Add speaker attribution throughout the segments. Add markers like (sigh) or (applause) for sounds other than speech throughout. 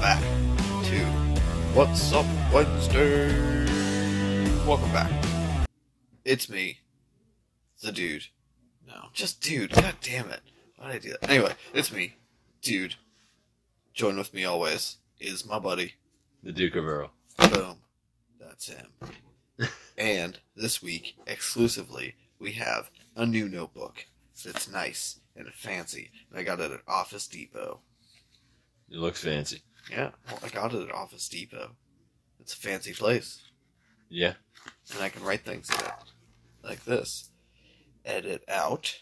Speaker 1: back to What's Up Wednesday. Welcome back. It's me, the dude. No, just dude. God damn it. Why did I do that? Anyway, it's me, dude. Join with me always is my buddy.
Speaker 2: The Duke of Earl.
Speaker 1: Boom. That's him. and this week, exclusively, we have a new notebook that's nice and fancy. And I got it at Office Depot.
Speaker 2: It looks fancy.
Speaker 1: Yeah, well, I got it at Office Depot. It's a fancy place,
Speaker 2: Yeah.
Speaker 1: and I can write things in it. Like this Edit out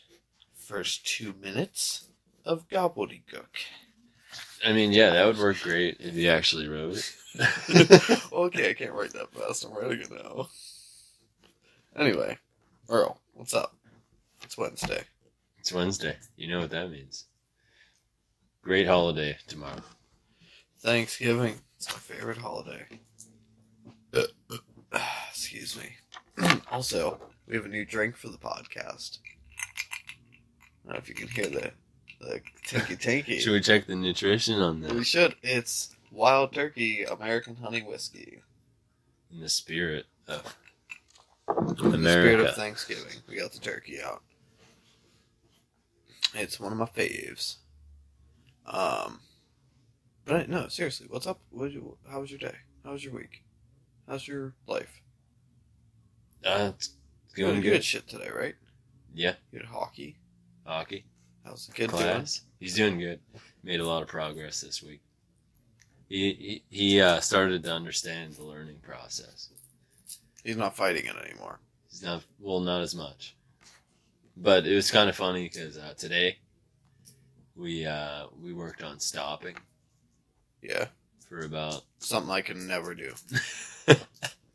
Speaker 1: first two minutes of gobbledygook. (laughs)
Speaker 2: I mean, yeah, that would work great if you actually wrote it.
Speaker 1: okay, I can't write that fast. I'm writing it now. Anyway, Earl, what's up? It's Wednesday.
Speaker 2: It's Wednesday. You know what that means. Great holiday tomorrow.
Speaker 1: Thanksgiving. It's my favorite holiday. (sighs) Excuse me. (clears throat) also, we have a new drink for the podcast. I don't know if you can hear the the tinky tinky.
Speaker 2: (laughs) Should we check the nutrition on
Speaker 1: We
Speaker 2: that?
Speaker 1: should. It's Wild Turkey American Honey Whiskey.
Speaker 2: In the spirit of
Speaker 1: In the spirit
Speaker 2: America.
Speaker 1: of Thanksgiving, we got the turkey out. It's one of my faves. Um, but I, no, seriously, what's up? What, you- how was your day? How was your week? How's your life?
Speaker 2: Uh, it's
Speaker 1: You
Speaker 2: going
Speaker 1: did good
Speaker 2: good.
Speaker 1: shit today, right?
Speaker 2: Yeah.
Speaker 1: You had hockey.
Speaker 2: Hockey.
Speaker 1: How's the kid doing?
Speaker 2: Class. He's doing good. Made a lot of progress this week. He, he, he uh, started to understand the learning process.
Speaker 1: He's not fighting it anymore.
Speaker 2: It's not well, not as much. But it was kind of funny because uh, today we uh, we worked on stopping
Speaker 1: Yeah,
Speaker 2: for about
Speaker 1: something I can never
Speaker 2: (laughs)
Speaker 1: do.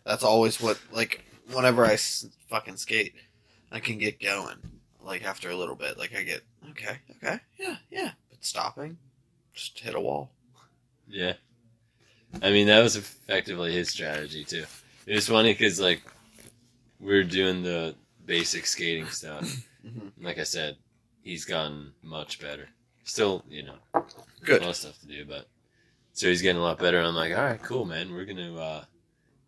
Speaker 1: That's always what like whenever I s- fucking skate, I can get going. Like after a little bit, like I get okay, okay, yeah, yeah. But stopping, just hit a wall.
Speaker 2: yeah. I mean that was effectively his strategy too. It was funny because like we were doing the basic skating stuff.
Speaker 1: hmm
Speaker 2: And like I said, he's gotten much better. Still, you know, a
Speaker 1: Good.
Speaker 2: lot of stuff to do, but so he's getting a lot better. I'm like, all right, cool, man. We're gonna uh,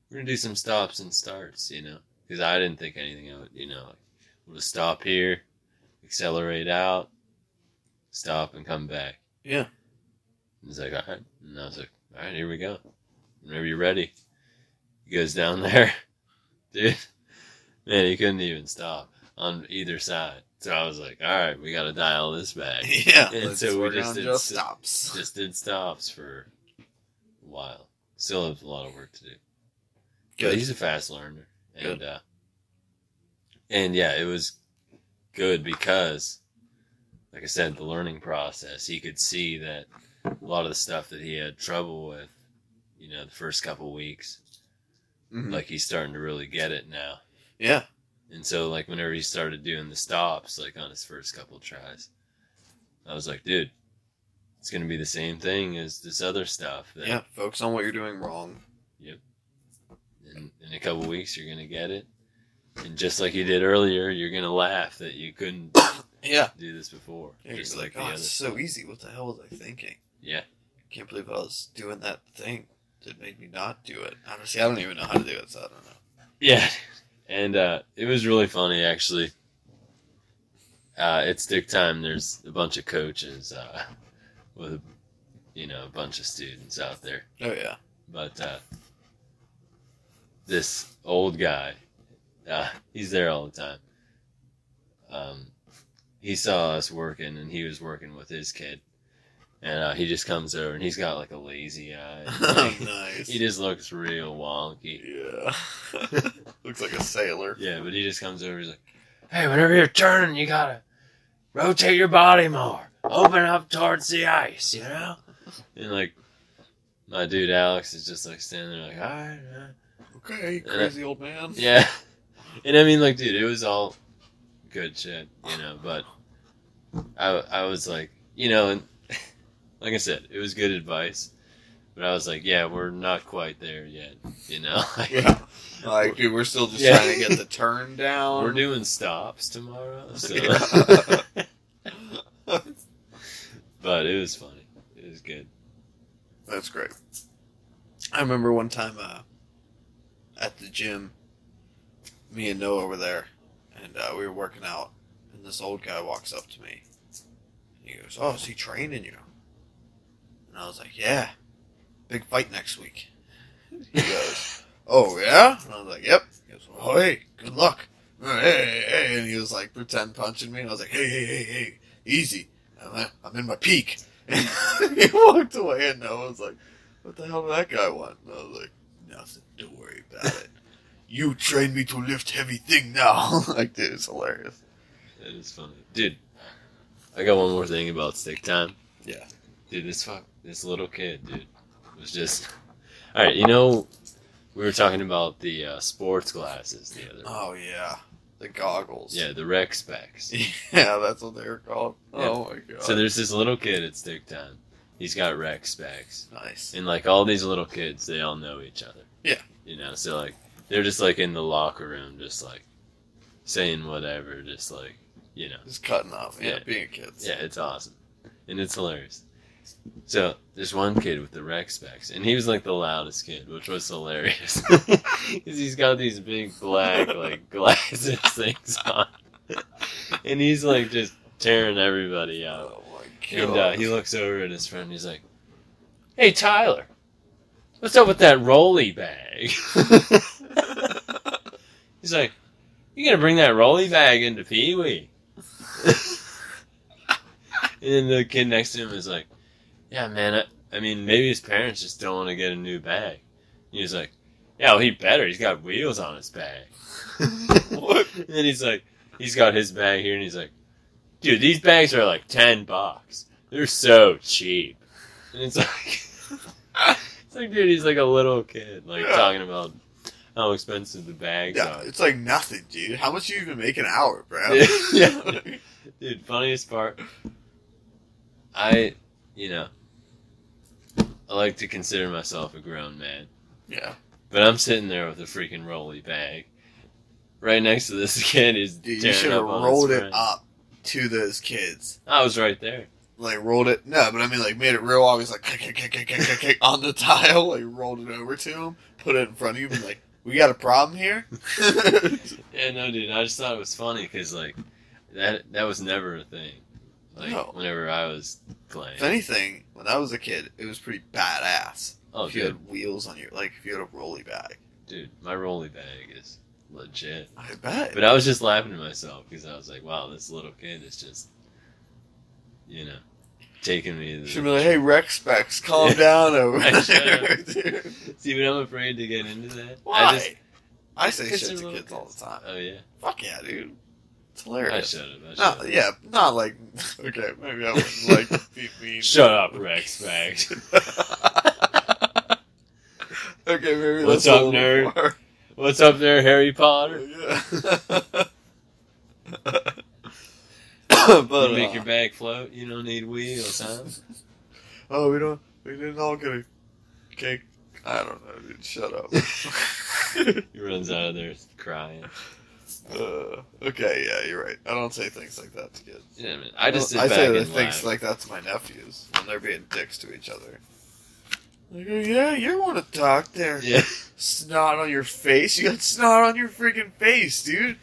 Speaker 2: we're gonna do some stops and starts, you know, because I didn't think anything of it, you know. Like, we'll just stop here, accelerate out, stop and come back.
Speaker 1: Yeah.
Speaker 2: And he's like, all right, and I was like, all right, here we go. Whenever you're ready, he goes down (laughs) there, dude. Man, he couldn't even stop on either side. So I was like, all right, we got to dial this back.
Speaker 1: (laughs) Yeah.
Speaker 2: And
Speaker 1: let's
Speaker 2: so we
Speaker 1: work
Speaker 2: just
Speaker 1: on
Speaker 2: did
Speaker 1: just
Speaker 2: sit-
Speaker 1: stops.
Speaker 2: just did stops for a while. Still have a lot of work to do. But
Speaker 1: Good.
Speaker 2: he's a fast learner. And uh and yeah, it was good because like I said, the learning process, he could see that a lot of the stuff that he had trouble with, you know, the first couple weeks,
Speaker 1: Mhm.
Speaker 2: like he's starting to really get it now.
Speaker 1: Yeah.
Speaker 2: And so like whenever he started doing the stops, like on his first couple tries, I was like, dude, it's gonna be the same thing as this other stuff that
Speaker 1: Yeah. Focus on what you're doing wrong.
Speaker 2: in, in a couple weeks you're gonna get it and just like you did earlier you're gonna laugh that you couldn't
Speaker 1: Yeah.
Speaker 2: do this before
Speaker 1: yeah
Speaker 2: just
Speaker 1: you're like,
Speaker 2: like,
Speaker 1: oh,
Speaker 2: the
Speaker 1: it's
Speaker 2: other
Speaker 1: so easy. What the hell was I thinking?
Speaker 2: yeah
Speaker 1: Can't believe I was doing that thing that made me not do it. Honestly, I don't even know how to do it, so I don't know.
Speaker 2: yeah and uh, it was really funny actually uh, at stick time there's a bunch of coaches uh, with you know a bunch of students out there
Speaker 1: Oh yeah.
Speaker 2: but uh, this old guy, uh, he's there all the time. Um, he saw us working, and he was working with his kid, and uh, he just comes over, and he's got like a
Speaker 1: (laughs)
Speaker 2: lazy eye.
Speaker 1: Oh,
Speaker 2: (laughs)
Speaker 1: nice.
Speaker 2: he just looks real wonky.
Speaker 1: Yeah. (laughs) Looks like a sailor.
Speaker 2: Yeah, but he just comes over. He's like, "Hey, whenever you're turning, you gotta rotate your body more. Open up towards the ice, you know." And like, my dude Alex is just like standing there, like, "All right." man."
Speaker 1: Okay, crazy old man.
Speaker 2: Yeah. (laughs) And I mean, like, dude, it was all good shit, you know, but I, I was like, you know, and (laughs) like I said, it was good advice, but I was like, yeah, we're not quite there yet, you know? (laughs)
Speaker 1: Yeah. Like, dude, we're still just
Speaker 2: Yeah.
Speaker 1: trying to get the turn down.
Speaker 2: we're doing stops tomorrow, so.
Speaker 1: (laughs)
Speaker 2: (laughs)
Speaker 1: Yeah.
Speaker 2: but it was funny. It was good.
Speaker 1: That's great. I remember one time uh, at the gym, me and Noah were there, and uh, we were working out, and this old guy walks up to me. And he goes, Oh, is he training you? And I was like, Yeah, big fight next week. He goes, (laughs) Oh, yeah? And I was like, Yep. He goes, Oh, hey, good luck. Hey, hey, hey. And he was like, pretend punching me, and I was like, Hey, hey, hey, hey, easy. I'm, I'm in my peak. And (laughs) he walked away, and I was like, what the hell did that guy want? And I was like, nothing. Don't worry about it. You trained me to lift heavy thing now. (laughs) like, dude, it's hilarious.
Speaker 2: That is funny, dude. I got one more thing about stick time.
Speaker 1: Yeah.
Speaker 2: dude, this fuck, this little kid, dude, was just. All right, you know, we were talking about the uh, sports glasses the other.
Speaker 1: Oh yeah, the goggles.
Speaker 2: Yeah, the rec specs.
Speaker 1: (laughs) Yeah, that's what they were called. Oh my god.
Speaker 2: So there's this little kid at stick time. He's got rec specs.
Speaker 1: nice.
Speaker 2: And like all these little kids, they all know each other.
Speaker 1: Yeah.
Speaker 2: You know, so like they're just like in the locker room, just like saying whatever, just like you know.
Speaker 1: Just cutting up. Yeah,
Speaker 2: Yeah.
Speaker 1: being kids.
Speaker 2: Yeah, it's awesome. And it's hilarious. So there's one kid with the rec specs, and he was like the loudest kid, which was hilarious. (laughs) Because he's got these big black, like, glasses things on. and he's like just tearing everybody out.
Speaker 1: Oh my god.
Speaker 2: And uh, he looks over at his friend. He's like, "Hey, Tyler, what's up with that rolly bag?" (laughs) he's like, "You gonna bring that rolly bag into Pee Wee?" (laughs) and the kid next to him is like, "Yeah, man. I, I mean, maybe his parents just don't want to get a new bag." And he's like, "Yeah, well, he better. He's got wheels on
Speaker 1: (laughs)
Speaker 2: his bag."
Speaker 1: What?
Speaker 2: And then he's like, he's got his bag here, and he's like, dude, these bags are like ten bucks. They're so cheap. And it's like, it's like, (laughs) dude, he's like a little kid, like
Speaker 1: Yeah.
Speaker 2: talking about how expensive the bags
Speaker 1: yeah,
Speaker 2: are.
Speaker 1: it's like nothing, dude. How much you even make an hour, bro?
Speaker 2: Yeah. (laughs) Yeah. Dude, funniest part, I, you know, I like to consider myself a grown man,
Speaker 1: (laughs) yeah.
Speaker 2: but I'm sitting there with a freaking rolly bag. Right next to this (laughs) kid is
Speaker 1: Dude, you
Speaker 2: tearing
Speaker 1: should
Speaker 2: up
Speaker 1: have
Speaker 2: on his
Speaker 1: rolled it
Speaker 2: friend.
Speaker 1: up to those kids.
Speaker 2: I was right there.
Speaker 1: like rolled it. No, but I mean like made it real obvious, like kick, kick, kick, kick, kick, kick, kick on the (laughs) tile, like rolled it over to him, put it in front of you, and like, we got a problem here. (laughs)
Speaker 2: Yeah, no, dude. I just thought it was funny because like that that was never a thing. Like
Speaker 1: No.
Speaker 2: whenever I was playing.
Speaker 1: if anything, when I was a kid, it was pretty badass.
Speaker 2: oh,
Speaker 1: if you
Speaker 2: dude,
Speaker 1: had wheels on your, like if you had a rolly bag,
Speaker 2: dude, my rolly bag is legit.
Speaker 1: I bet.
Speaker 2: But I was just laughing to myself because I was like, wow, this little kid is just, you know, taking me. To the...
Speaker 1: Should be like, hey, Rex Specs, calm down over
Speaker 2: (laughs) I
Speaker 1: (laughs) there,
Speaker 2: should've.
Speaker 1: dude.
Speaker 2: See, but I'm afraid to get into that.
Speaker 1: Why? I,
Speaker 2: I just...
Speaker 1: say
Speaker 2: Because
Speaker 1: shit
Speaker 2: they're
Speaker 1: to
Speaker 2: little
Speaker 1: kids all the time.
Speaker 2: Oh yeah,
Speaker 1: Fuck yeah, dude. It's
Speaker 2: I
Speaker 1: hilarious.
Speaker 2: shut up. I shut
Speaker 1: No,
Speaker 2: up.
Speaker 1: Oh, yeah, not like (laughs) okay, maybe I wouldn't
Speaker 2: (laughs)
Speaker 1: like be mean.
Speaker 2: Shut up, Rex Max. (laughs)
Speaker 1: Okay, maybe
Speaker 2: What's
Speaker 1: that's a little
Speaker 2: up, nerd?
Speaker 1: far.
Speaker 2: What's up there, Harry Potter?
Speaker 1: Yeah. (laughs) but
Speaker 2: you make
Speaker 1: uh,
Speaker 2: your bag float. You don't need wheels, huh?
Speaker 1: oh, we don't. We didn't all get a cake. I don't know, dude. Shut
Speaker 2: (laughs)
Speaker 1: up.
Speaker 2: He runs out of there crying.
Speaker 1: uh, okay, yeah, you're right. I don't say things like that to kids.
Speaker 2: Yeah, man. I just sit
Speaker 1: I
Speaker 2: back
Speaker 1: say the
Speaker 2: and
Speaker 1: things
Speaker 2: laugh.
Speaker 1: like that to my nephews when they're being dicks to each other. Like, oh, yeah, you're one to talk there.
Speaker 2: yeah,
Speaker 1: (laughs) Snot on your face? You got snot on your freaking face, dude.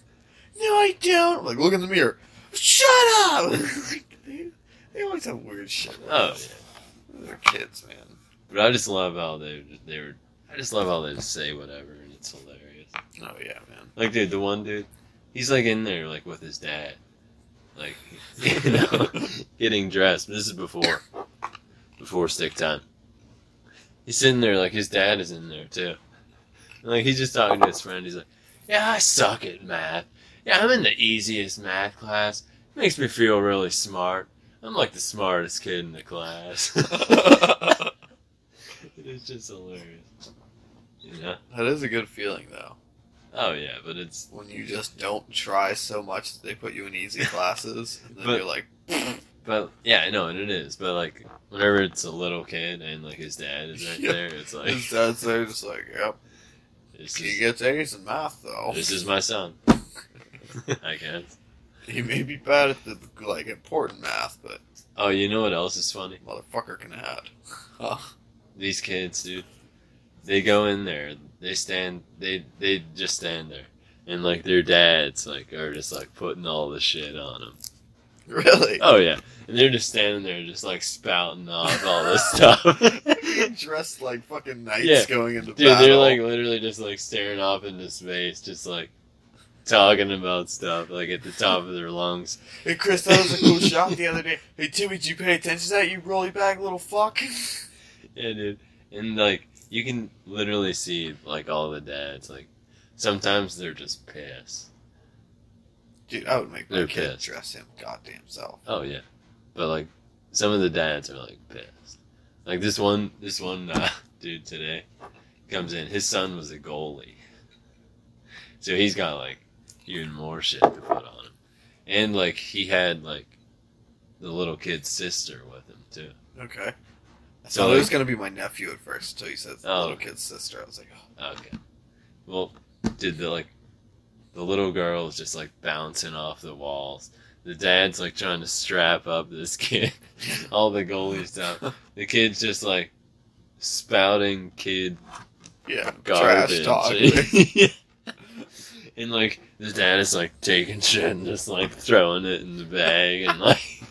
Speaker 1: (laughs) no, I don't. I'm like, look in the mirror. Shut up! (laughs) Like, they, they always have weird shit.
Speaker 2: oh, yeah.
Speaker 1: They're kids, man.
Speaker 2: but I just love how they they were. I just love how they just say whatever, and it's hilarious.
Speaker 1: Oh, yeah, man.
Speaker 2: Like, dude, the one dude, he's like in there like with his dad, like (laughs) you know, getting dressed. This is before, before stick time. He's sitting there like his dad is in there too. And, like he's just talking to his friend. He's like, "Yeah, I suck at math. Yeah, I'm in the easiest math class. makes me feel really smart. I'm like the smartest kid in the class." (laughs) it is just hilarious. You know?
Speaker 1: that is a good feeling, though.
Speaker 2: Oh yeah, but it's
Speaker 1: When you just don't try so much that they put you in easy classes, and then
Speaker 2: But-
Speaker 1: you're like, (laughs)
Speaker 2: But yeah, I know, and it is. But like, whenever it's a little kid and like his dad is right
Speaker 1: Yeah.
Speaker 2: there, it's like
Speaker 1: his dad's there just like, yep,
Speaker 2: this
Speaker 1: he
Speaker 2: is,
Speaker 1: gets A's in math, though. (laughs)
Speaker 2: this is my son. I guess.
Speaker 1: He may be bad at the, like, important math, but
Speaker 2: Oh, you know what else is funny?
Speaker 1: Motherfucker can add. (laughs) Ah,
Speaker 2: These kids, dude, they go in there, they stand, they they just stand there, and like their dads, like are just like putting all the shit on them.
Speaker 1: really?
Speaker 2: Oh yeah, and they're just standing there, just like spouting off all this
Speaker 1: (laughs)
Speaker 2: stuff.
Speaker 1: Dressed like fucking knights
Speaker 2: Yeah.
Speaker 1: going into
Speaker 2: Dude,
Speaker 1: battle.
Speaker 2: they're like literally just like staring off into space, just like talking about stuff, like at the top of their lungs.
Speaker 1: hey, Chris, that was a
Speaker 2: (laughs)
Speaker 1: cool shot the other day. Hey, Timmy, did you pay attention to that, you rolly bag little fuck?
Speaker 2: Yeah, dude. And like you can literally see like all the dads. Like sometimes they're just pissed.
Speaker 1: Dude, I would make my
Speaker 2: They're
Speaker 1: kid
Speaker 2: pissed.
Speaker 1: dress him goddamn self.
Speaker 2: Oh yeah, but like some of the dads are like pissed. Like this one, this one uh, (laughs) dude today comes in. His son was a goalie, so he's got like even more shit to put on him. And like he had like the little kid's sister with him too.
Speaker 1: Okay.
Speaker 2: So,
Speaker 1: So it
Speaker 2: like-
Speaker 1: was gonna be my nephew at first until you said the
Speaker 2: Oh.
Speaker 1: little kid's sister. I was like, oh,
Speaker 2: Okay. Well, did the like the little girl is just like bouncing off the walls. The dad's like trying to strap up this (laughs) kid. All the goalie stuff. The kid's just like spouting kid
Speaker 1: yeah, trash
Speaker 2: garbage. (laughs)
Speaker 1: talk.
Speaker 2: and like the dad is like taking shit and just like throwing it in the bag
Speaker 1: (laughs)
Speaker 2: and like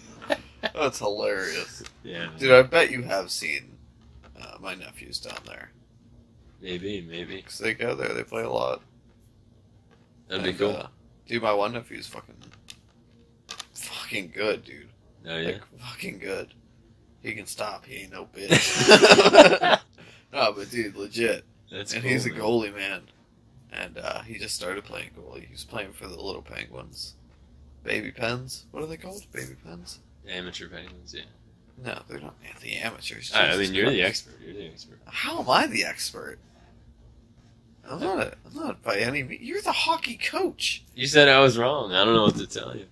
Speaker 1: That's hilarious,
Speaker 2: yeah
Speaker 1: dude. I bet you have seen uh, my nephews down there
Speaker 2: maybe maybe
Speaker 1: because they go there. They play a lot.
Speaker 2: that'd be
Speaker 1: And,
Speaker 2: cool.
Speaker 1: uh, dude, my one nephew's fucking, fucking good, dude.
Speaker 2: oh yeah.
Speaker 1: Like fucking good. He can stop. He ain't no bitch.
Speaker 2: (laughs)
Speaker 1: (laughs) no, but dude, legit.
Speaker 2: That's
Speaker 1: and
Speaker 2: cool,
Speaker 1: he's a
Speaker 2: man.
Speaker 1: goalie man, and uh, he just started playing goalie. He's playing for the little penguins, baby pens. What are they called? Baby pens?
Speaker 2: Amateur penguins, yeah.
Speaker 1: No, they're not they're the amateurs.
Speaker 2: I
Speaker 1: Jesus
Speaker 2: mean, you're the
Speaker 1: Christ.
Speaker 2: expert. You're the expert.
Speaker 1: How am I the expert? I'm not. A, I'm not by any. means. You're the hockey coach.
Speaker 2: You said I was wrong. I don't know what to tell you.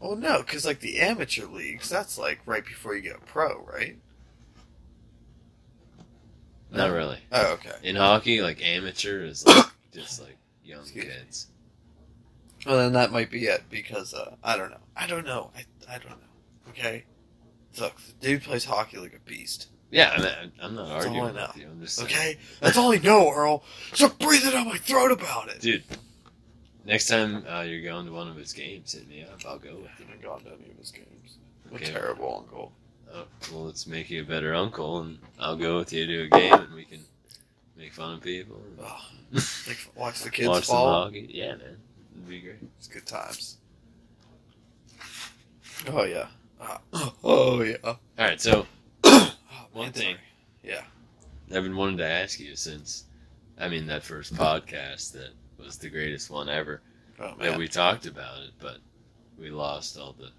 Speaker 1: Oh no, because like the amateur leagues, that's like right before you get pro, right?
Speaker 2: Not really.
Speaker 1: Oh, okay.
Speaker 2: In hockey, like amateur is
Speaker 1: (coughs)
Speaker 2: like just like young
Speaker 1: Excuse me.
Speaker 2: kids.
Speaker 1: Well, then that might be it because uh, I don't know. I don't know. I, I don't know. Okay. Look, the dude plays hockey like a beast.
Speaker 2: Yeah, I'm not, I'm not
Speaker 1: That's all
Speaker 2: arguing
Speaker 1: I
Speaker 2: with you. I'm just saying.
Speaker 1: Okay? That's all I know, Earl. Stop breathing down my throat about it.
Speaker 2: dude. Next time uh, you're going to one of his games, hit me up. I'll go
Speaker 1: I
Speaker 2: with you.
Speaker 1: haven't gone to any of his games. I'm a
Speaker 2: Okay.
Speaker 1: terrible uncle.
Speaker 2: Oh, well, let's make you a better uncle, and I'll go with you to a game, and we can make fun of people. and (laughs)
Speaker 1: Ugh. Like, watch the Uh, kids
Speaker 2: watch some
Speaker 1: fall.
Speaker 2: hockey. Yeah, man, it'd be great.
Speaker 1: It's good times. Oh, yeah. Ah. oh, yeah. Oh,
Speaker 2: All right, so One
Speaker 1: man,
Speaker 2: thing.
Speaker 1: sorry. Yeah.
Speaker 2: I've been wanting to ask you since, I mean, that first podcast that was the greatest one ever.
Speaker 1: Oh,
Speaker 2: Yeah,
Speaker 1: man.
Speaker 2: we talked about it, but we lost all the,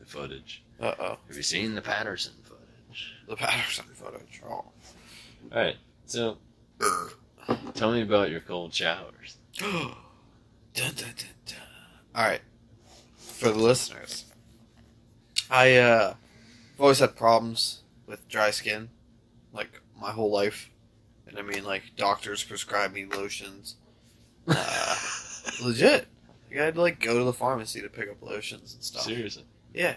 Speaker 2: the footage.
Speaker 1: Uh oh.
Speaker 2: Have you seen the Patterson footage?
Speaker 1: The Patterson footage. Oh.
Speaker 2: All right, so
Speaker 1: Ugh.
Speaker 2: tell me about your cold showers. (laughs)
Speaker 1: dun, dun, dun, dun. All right, for the listeners, I uh, I've always had problems with dry skin, like my whole life, and I mean like doctors prescribe me lotions,
Speaker 2: (laughs)
Speaker 1: uh, legit. Like, I had to like go to the pharmacy to pick up lotions and stuff.
Speaker 2: Seriously,
Speaker 1: Yeah,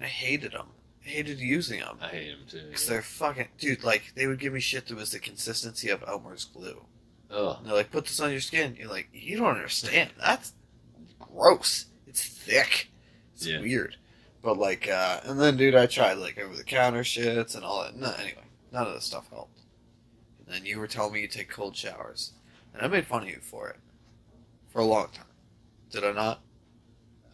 Speaker 1: I hated them. I hated using them
Speaker 2: I hate them too.
Speaker 1: because they're fucking dude. Like they would give me shit that was the consistency of Elmer's glue.
Speaker 2: Oh,
Speaker 1: And they're like, put this on your skin. You're like, you don't understand. That's gross. It's thick. It's
Speaker 2: Yeah.
Speaker 1: weird. But like, uh, and then dude, I tried like over the counter shits and all that. No, anyway, none of this stuff helped. And then you were telling me you take cold showers, and I made fun of you for it for a long time. Did I not?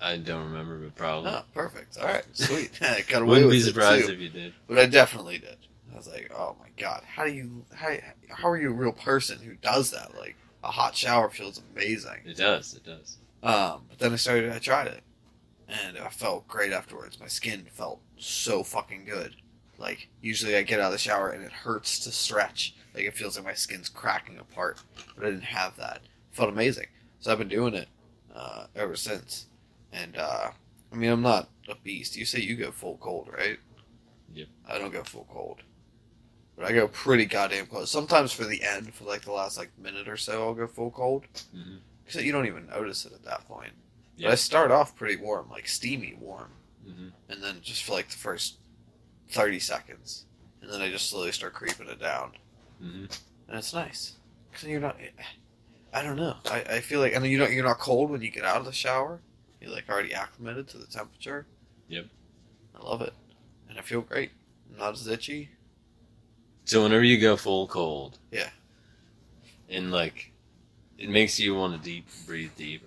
Speaker 2: I don't remember, but probably.
Speaker 1: No, perfect. All right, sweet. (laughs) I got away
Speaker 2: Oh. Wouldn't
Speaker 1: with
Speaker 2: be
Speaker 1: it
Speaker 2: surprised
Speaker 1: too.
Speaker 2: if you did.
Speaker 1: But I definitely did. I was like, oh my god, how do you how how are you a real person who does that? Like a hot shower feels amazing.
Speaker 2: It does. It does.
Speaker 1: Um, but then I started, I tried it, and I felt great afterwards. My skin felt so fucking good. Like usually, I get out of the shower and it hurts to stretch. Like it feels like my skin's cracking apart, but I didn't have that. It felt amazing. So I've been doing it uh, ever since. And uh, I mean, I'm not a beast. You say you go full cold, right?
Speaker 2: Yep.
Speaker 1: I don't go full cold, but I go pretty goddamn close. Sometimes for the end, for like the last like minute or so, I'll go full cold
Speaker 2: hmm
Speaker 1: because you don't even notice it at that point.
Speaker 2: Yeah.
Speaker 1: But I start off pretty warm, like steamy warm,
Speaker 2: hmm
Speaker 1: and then just for like the first 30 seconds and then i just slowly start creeping it down
Speaker 2: hmm
Speaker 1: and it's nice because you're not i don't know i, I feel like and you don't you're not cold when you get out of the shower you're like already acclimated to the temperature
Speaker 2: Yep.
Speaker 1: i love it and i feel great I'm not as itchy
Speaker 2: So whenever you go full cold,
Speaker 1: Yeah.
Speaker 2: and like, it makes you want to deep breathe deeper,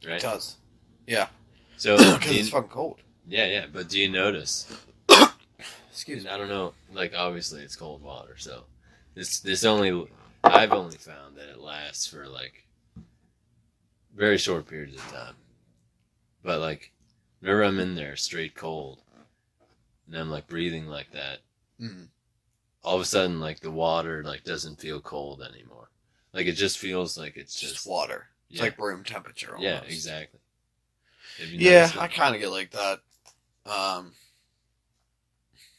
Speaker 1: it
Speaker 2: right?
Speaker 1: does
Speaker 2: (coughs)
Speaker 1: (coughs)
Speaker 2: So
Speaker 1: because
Speaker 2: do you-
Speaker 1: it's fucking cold
Speaker 2: yeah, yeah. But do you notice? (coughs)
Speaker 1: excuse me
Speaker 2: I don't know. Like obviously it's cold water, so this this only I've only found that it lasts for like very short periods of time. But like, whenever I'm in there straight cold, and I'm like breathing like that.
Speaker 1: mm.
Speaker 2: all of a sudden like the water like doesn't feel cold anymore like it just feels like it's
Speaker 1: it's
Speaker 2: just,
Speaker 1: just water it's
Speaker 2: yeah,
Speaker 1: like room temperature almost.
Speaker 2: yeah exactly Have you
Speaker 1: yeah
Speaker 2: noticed
Speaker 1: i
Speaker 2: that?
Speaker 1: kind of get like that um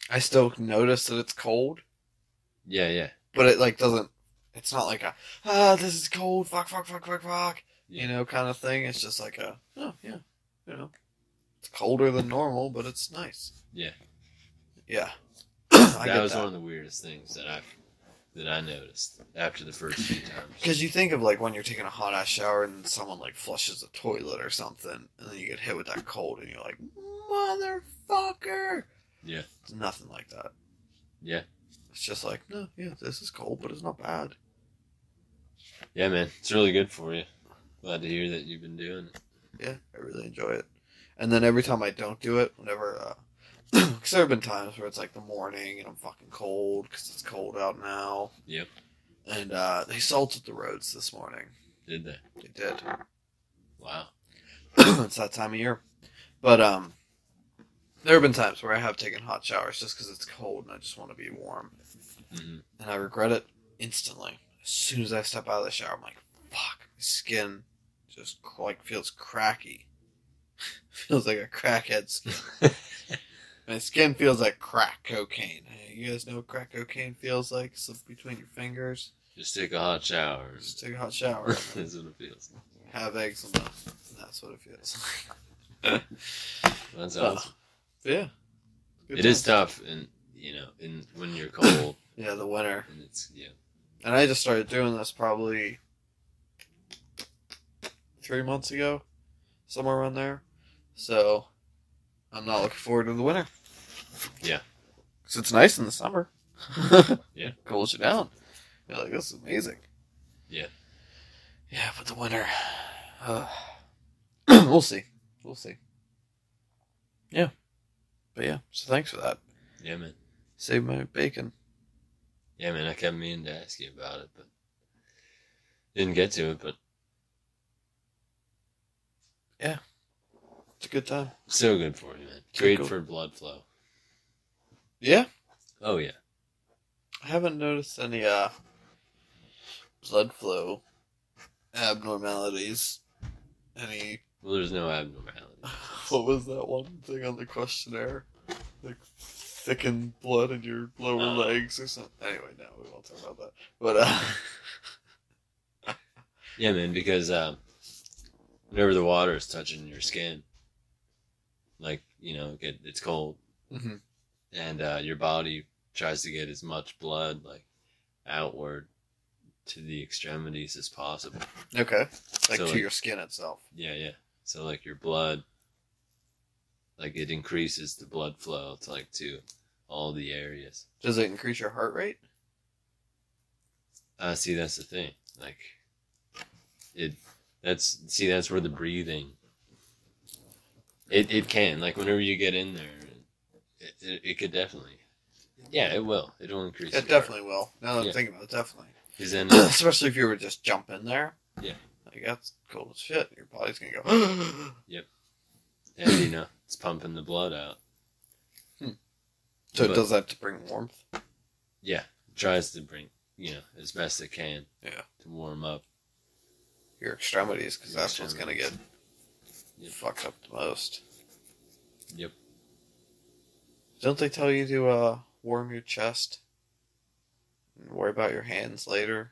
Speaker 1: i still notice that it's cold
Speaker 2: yeah yeah
Speaker 1: but it like doesn't. It's not like a ah, this is cold, fuck, fuck, fuck, fuck, fuck,
Speaker 2: Yeah.
Speaker 1: you know, kind of thing. It's just like a oh yeah, you know, it's colder than normal, but it's nice.
Speaker 2: Yeah.
Speaker 1: yeah. (coughs) I
Speaker 2: that
Speaker 1: get
Speaker 2: was
Speaker 1: that.
Speaker 2: one of the weirdest things that i that i noticed after the first few times
Speaker 1: Because you think of like when you're taking a hot ass shower and someone like flushes a toilet or something, and then you get hit with that cold, and you're like, motherfucker.
Speaker 2: Yeah.
Speaker 1: It's nothing like that.
Speaker 2: Yeah.
Speaker 1: It's just like no, yeah, this is cold, but it's not bad.
Speaker 2: yeah man it's really good for you glad to hear that you've been doing it
Speaker 1: yeah, I really enjoy it. And then every time I don't do it, (clears throat) whenever, because there have been times where it's like the morning and I'm fucking cold because it's cold out now.
Speaker 2: Yep.
Speaker 1: And uh, they salted the roads this morning.
Speaker 2: did that
Speaker 1: They did.
Speaker 2: wow
Speaker 1: (coughs) it's that time of year. But um, there have been times where I have taken hot showers just because it's cold and I just want to be warm,
Speaker 2: hmm
Speaker 1: and I regret it instantly. As soon as I step out of the shower, I'm like, fuck, my skin just like feels cracky. (laughs) feels like a crackhead skin.
Speaker 2: (laughs)
Speaker 1: My skin feels like crack cocaine. Hey, You guys know what crack cocaine feels like? Slips between your fingers.
Speaker 2: just take a hot shower
Speaker 1: Just take a hot shower.
Speaker 2: (laughs) that's what it feels like.
Speaker 1: have eczema. That's what it feels like.
Speaker 2: that's
Speaker 1: Uh,
Speaker 2: awesome
Speaker 1: Yeah.
Speaker 2: it is tough and you know in when you're cold
Speaker 1: Yeah, the winter.
Speaker 2: and it's yeah
Speaker 1: And I just started doing this probably three months ago, somewhere around there. So I'm not looking forward to the winter.
Speaker 2: Yeah.
Speaker 1: Because it's nice in the summer. (laughs)
Speaker 2: Yeah.
Speaker 1: Cools you down. You're like, this is amazing.
Speaker 2: Yeah.
Speaker 1: Yeah, but the winter. Uh, (clears throat) we'll see. We'll see. Yeah. But yeah, so thanks for that.
Speaker 2: yeah man
Speaker 1: Save my bacon.
Speaker 2: Yeah, man, I kept meaning to ask you about it, but didn't get to it. But
Speaker 1: It's a good time.
Speaker 2: so good for you, man.
Speaker 1: So
Speaker 2: Great
Speaker 1: cool.
Speaker 2: for blood flow.
Speaker 1: Yeah.
Speaker 2: Oh yeah,
Speaker 1: I haven't noticed any uh blood flow abnormalities. Any (laughs)
Speaker 2: well, there's no abnormality.
Speaker 1: what was that one thing on the questionnaire? Like thickened blood in your lower
Speaker 2: Uh.
Speaker 1: legs or something. Anyway, no, we won't talk about that. But uh (laughs)
Speaker 2: Yeah, man, because um, whenever the water is touching your skin, like you know, get it's cold,
Speaker 1: Mhm.
Speaker 2: and uh, your body tries to get as much blood like outward to the extremities as possible.
Speaker 1: okay, like
Speaker 2: So,
Speaker 1: to
Speaker 2: like-
Speaker 1: your skin itself.
Speaker 2: Yeah, yeah. So like your blood, like it increases the blood flow to like to all the areas.
Speaker 1: Does it increase your heart rate?
Speaker 2: Uh, see, that's the thing. Like it, that's see, that's where the breathing. It it can like whenever you get in there, it it, it could definitely. Yeah, it will. It'll increase.
Speaker 1: It definitely will. Now that I'm
Speaker 2: Yeah.
Speaker 1: thinking about it,
Speaker 2: (clears throat)
Speaker 1: definitely.
Speaker 2: Because then,
Speaker 1: Especially if you were just jump in there.
Speaker 2: Yeah.
Speaker 1: Like that's cold as shit. Your body's gonna go (gasps)
Speaker 2: and you know, it's pumping the blood out.
Speaker 1: Hmm. So it
Speaker 2: But-
Speaker 1: does that to bring warmth?
Speaker 2: Yeah, tries to bring you know as best it can.
Speaker 1: Yeah.
Speaker 2: To warm up.
Speaker 1: your extremities because
Speaker 2: Your
Speaker 1: that's what's going to get
Speaker 2: Yep.
Speaker 1: fucked up the most.
Speaker 2: Yep.
Speaker 1: Don't they tell you to uh, warm your chest and worry about your hands later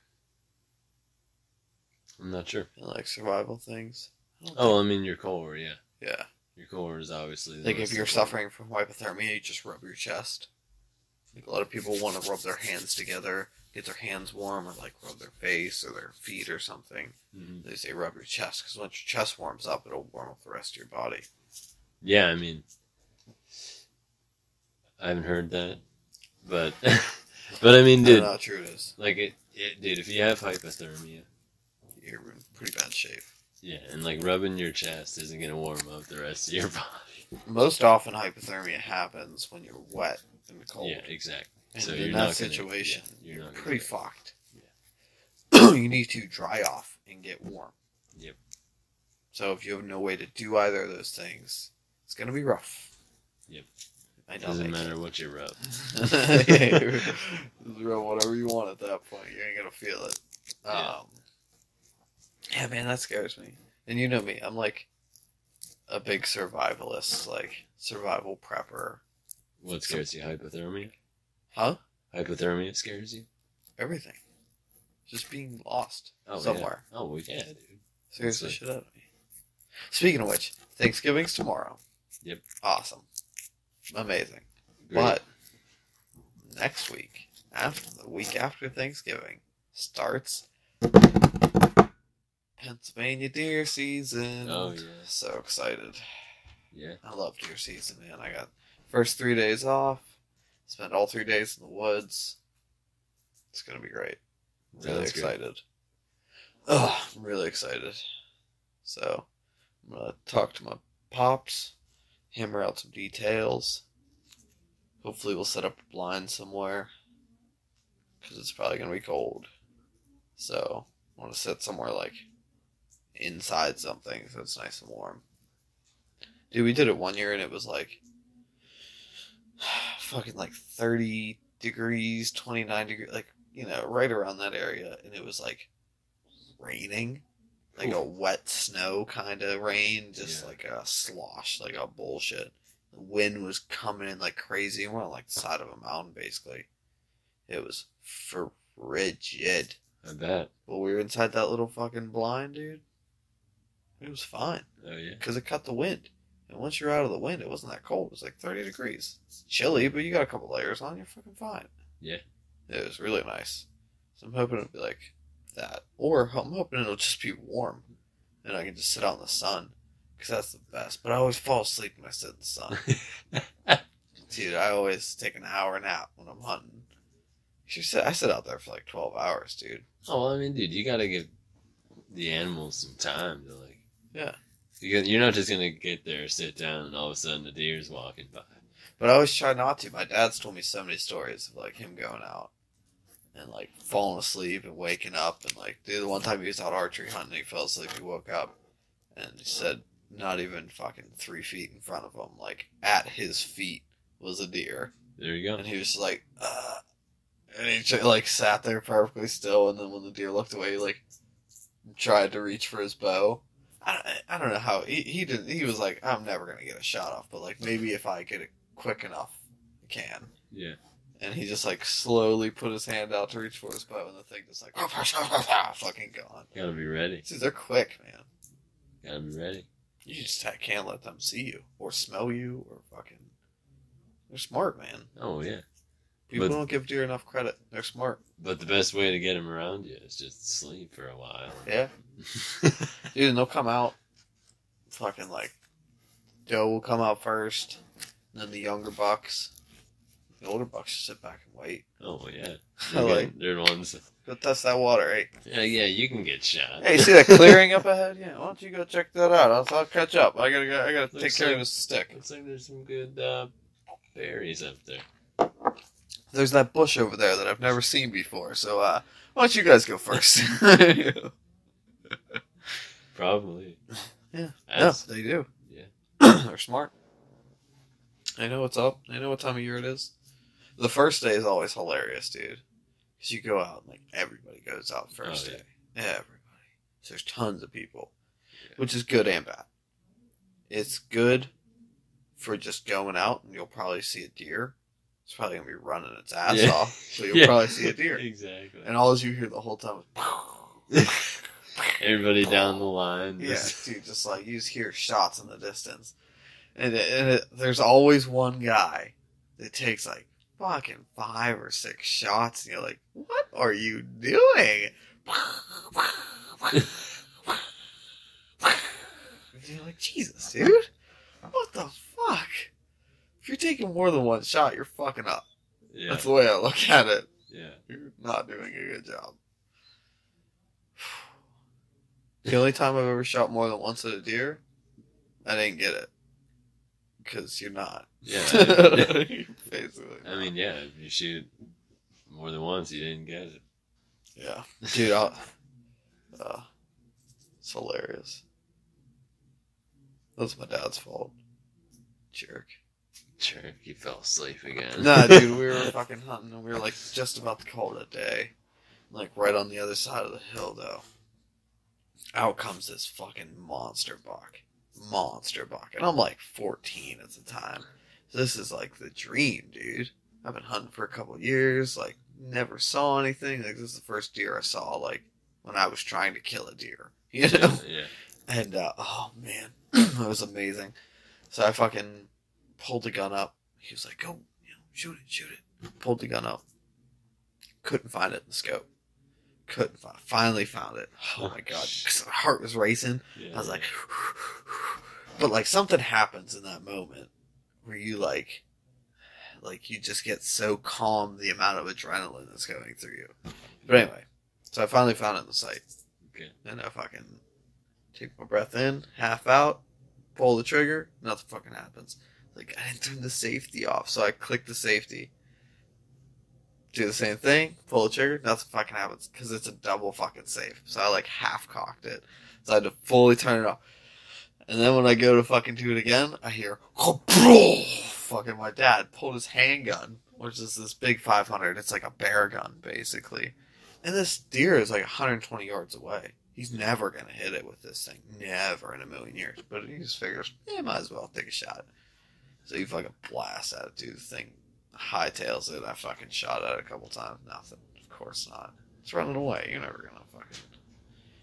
Speaker 2: I'm not sure.
Speaker 1: and like survival things? I don't
Speaker 2: Oh, I mean your core. Yeah.
Speaker 1: think- Yeah.
Speaker 2: Your core is obviously the
Speaker 1: Like
Speaker 2: most
Speaker 1: if you're suffering
Speaker 2: important.
Speaker 1: from hypothermia, you just rub your chest. Like a lot of people want to rub their hands together, get their hands warm, or like rub their face or their feet or something.
Speaker 2: Mhm.
Speaker 1: They say rub your chest because once your chest warms up, it'll warm up the rest of your body.
Speaker 2: Yeah, I mean, I haven't heard that, but (laughs) but I mean,
Speaker 1: I don't
Speaker 2: dude,
Speaker 1: know how true it is.
Speaker 2: like it, it, dude, if you have hypothermia,
Speaker 1: You're in pretty bad shape.
Speaker 2: yeah, and like rubbing your chest isn't gonna warm up the rest of your (laughs) body.
Speaker 1: Most often, hypothermia happens when you're wet and cold.
Speaker 2: Yeah, exactly.
Speaker 1: Oh. and
Speaker 2: so
Speaker 1: in
Speaker 2: you're
Speaker 1: that
Speaker 2: not gonna-
Speaker 1: situation,
Speaker 2: yeah, you're
Speaker 1: you're,
Speaker 2: not gonna
Speaker 1: pretty
Speaker 2: get it.
Speaker 1: fucked. (clears throat) you need to dry off and get warm.
Speaker 2: Yep.
Speaker 1: So if you have no way to do either of those things, it's gonna be rough.
Speaker 2: Yep.
Speaker 1: I don't
Speaker 2: Doesn't
Speaker 1: make
Speaker 2: matter what you rub.
Speaker 1: it. Just rub whatever you want at that point. You ain't gonna feel it.
Speaker 2: Yeah.
Speaker 1: Um, yeah, man, that scares me. And you know me, I'm like a big survivalist, like survival prepper.
Speaker 2: What scares you? Hypothermia.
Speaker 1: Huh?
Speaker 2: Hypothermia scares you.
Speaker 1: Everything. Just being lost
Speaker 2: Oh, yeah.
Speaker 1: somewhere.
Speaker 2: Oh well, yeah, dude.
Speaker 1: Seriously,
Speaker 2: That's
Speaker 1: shit out of me. Speaking of which, Thanksgiving's tomorrow.
Speaker 2: Yep.
Speaker 1: Awesome. Amazing.
Speaker 2: Great.
Speaker 1: But next week, after the week after Thanksgiving, starts Pennsylvania deer season.
Speaker 2: Oh, yeah.
Speaker 1: So excited.
Speaker 2: yeah,
Speaker 1: I love deer season, man. I got first three days off. Spent all three days in the woods. It's gonna be great. Really
Speaker 2: Sounds good.
Speaker 1: excited. Oh, I'm really excited. So I'm gonna talk to my pops, hammer out some details. Hopefully, we'll set up a blind somewhere because it's probably gonna be cold. So I want to sit somewhere like inside something so it's nice and warm. Dude, we did it one year and it was like (sighs) fucking like 30 degrees, 29 degrees, like, you know, right around that area. And it was like raining, like a
Speaker 2: Cool.
Speaker 1: wet snow kind of rain, just
Speaker 2: Yeah.
Speaker 1: like a slosh, like a bullshit. The wind was coming in like crazy. and We're on like the side of a mountain basically. It was frigid.
Speaker 2: I bet.
Speaker 1: Well, we were inside that little fucking blind, dude. It was fine
Speaker 2: Oh yeah,
Speaker 1: because it cut the wind. And once you're out of the wind, it wasn't that cold. It was like 30 degrees. It's chilly, but you got a couple layers on, you're fucking fine.
Speaker 2: Yeah.
Speaker 1: It was really nice. So I'm hoping it'll be like that. Or I'm hoping it'll just be warm and I can just sit out in the sun because that's the best. But I always fall asleep when I sit in the sun. Dude, I always take an hour nap when I'm hunting. She said I sit out there for like 12 hours, dude.
Speaker 2: Oh, well, I mean, dude, you gotta give the animals some time to like.
Speaker 1: Yeah.
Speaker 2: You got- You're not just gonna get there, sit down, and all of a sudden the deer's walking by.
Speaker 1: But I always try not to. My dad's told me so many stories of like him going out and like falling asleep and waking up and like dude, the one time he was out archery hunting, he fell asleep, he woke up and he said not even fucking three feet in front of him, like at his feet was a deer.
Speaker 2: There you go.
Speaker 1: And he was just like, uh and he just, like sat there perfectly still and then when the deer looked away he like tried to reach for his bow. I, I don't know how he, he didn't he was like, I'm never gonna get a shot off, but like maybe if I get it quick enough I can.
Speaker 2: Yeah.
Speaker 1: And he just like slowly put his hand out to reach for his bow and the thing just like (laughs) fucking gone.
Speaker 2: Gotta be ready.
Speaker 1: See they're quick, man.
Speaker 2: Gotta be ready.
Speaker 1: You just ha- can't let them see you or smell you or fucking they're smart, man.
Speaker 2: Oh yeah.
Speaker 1: People
Speaker 2: But-
Speaker 1: don't give deer enough credit. They're smart.
Speaker 2: But the best way to get them around you is just sleep for a while.
Speaker 1: Yeah. Dude, and they'll come out fucking like Joe will come out first, and then the younger bucks. The older bucks just sit back and wait.
Speaker 2: oh yeah.
Speaker 1: (laughs) I
Speaker 2: They're,
Speaker 1: like
Speaker 2: good- they're the ones. (laughs)
Speaker 1: go test that water, hey.
Speaker 2: Yeah, yeah. You can get shot.
Speaker 1: Hey, see that clearing up ahead? Yeah, why don't you go check that out? I'll, I'll catch up. I gotta go, I gotta
Speaker 2: Looks
Speaker 1: take care
Speaker 2: like-
Speaker 1: of this stick.
Speaker 2: (laughs) Looks like there's some good uh, berries up there.
Speaker 1: There's that bush over there that I've never seen before, so uh why don't you guys go first? (laughs) no,
Speaker 2: Probably.
Speaker 1: (laughs) Yeah.
Speaker 2: That's-
Speaker 1: they do.
Speaker 2: Yeah.
Speaker 1: They're smart. They know what's up. They know what time of year it is. The first day is always hilarious, dude. Because you go out and like everybody goes out first
Speaker 2: Oh, yeah.
Speaker 1: day. Everybody. So there's tons of people,
Speaker 2: Yeah.
Speaker 1: which is good and bad. It's good for just going out and you'll probably see a deer. It's probably gonna be running its ass
Speaker 2: Yeah.
Speaker 1: off, so
Speaker 2: (laughs)
Speaker 1: you'll
Speaker 2: (laughs) Yeah.
Speaker 1: probably see a
Speaker 2: (laughs)
Speaker 1: deer.
Speaker 2: Exactly.
Speaker 1: And all you hear the whole time is.
Speaker 2: Everybody down the line.
Speaker 1: Yeah,
Speaker 2: just- (laughs)
Speaker 1: dude, just like you just hear shots in the distance. and, it, and it, there's always one guy that takes like fucking five or six shots, and you're like, "What are you doing?" And you're like, "Jesus, dude, what the fuck?" If you're taking more than one shot, you're fucking up.
Speaker 2: Yeah.
Speaker 1: That's the way I look at it.
Speaker 2: yeah.
Speaker 1: You're not doing a good job. The only time I've ever shot more than once at a deer, I didn't get it. Because you're not.
Speaker 2: Yeah.
Speaker 1: (laughs)
Speaker 2: (laughs)
Speaker 1: Basically.
Speaker 2: I mean, yeah, if you shoot more than once, you didn't get it.
Speaker 1: Yeah. Dude, I'll, uh, it's hilarious. That's my dad's fault. Jerk.
Speaker 2: Sure, you fell asleep again. (laughs)
Speaker 1: Nah, dude, we were fucking hunting and we were like just about to call it a day. Like right on the other side of the hill though. Out comes this fucking monster buck. Monster buck. And I'm like fourteen at the time. So this is like the dream, dude. I've been hunting for a couple years, like never saw anything. Like this is the first deer I saw like when I was trying to kill a deer. (laughs) You know?
Speaker 2: yeah, yeah.
Speaker 1: And uh, oh man, (clears throat) that was amazing. So I fucking pulled the gun up. He was like, "Go, you know, shoot it, shoot it." Pulled the gun up. Couldn't find it in the scope. Couldn't find. Finally found it. Oh my god, 'Cause my heart was racing.
Speaker 2: yeah.
Speaker 1: I was like, (sighs) but like something happens in that moment where you like, like you just get so calm the amount of adrenaline that's going through you. But anyway, so I finally found it in the sight.
Speaker 2: Okay.
Speaker 1: And I fucking take my breath in, half out, pull the trigger, nothing fucking happens. Like I didn't turn the safety off, so I click the safety. Do the same thing, pull the trigger, nothing fucking happens because it's a double fucking safe. So I like half cocked it, so I had to fully turn it off. And then when I go to fucking do it again, I hear "Kabroo!" fucking my dad pulled his handgun, which is this big 500. It's like a bear gun basically. And this deer is like 120 yards away. He's never going to hit it with this thing. Never in a million years. But he just figures, eh, might as well take a shot. So he fucking blasts at it, dude. The thing hightails it. I fucking shot at it a couple times. Nothing. Of course not. It's running away. You're never going to fucking.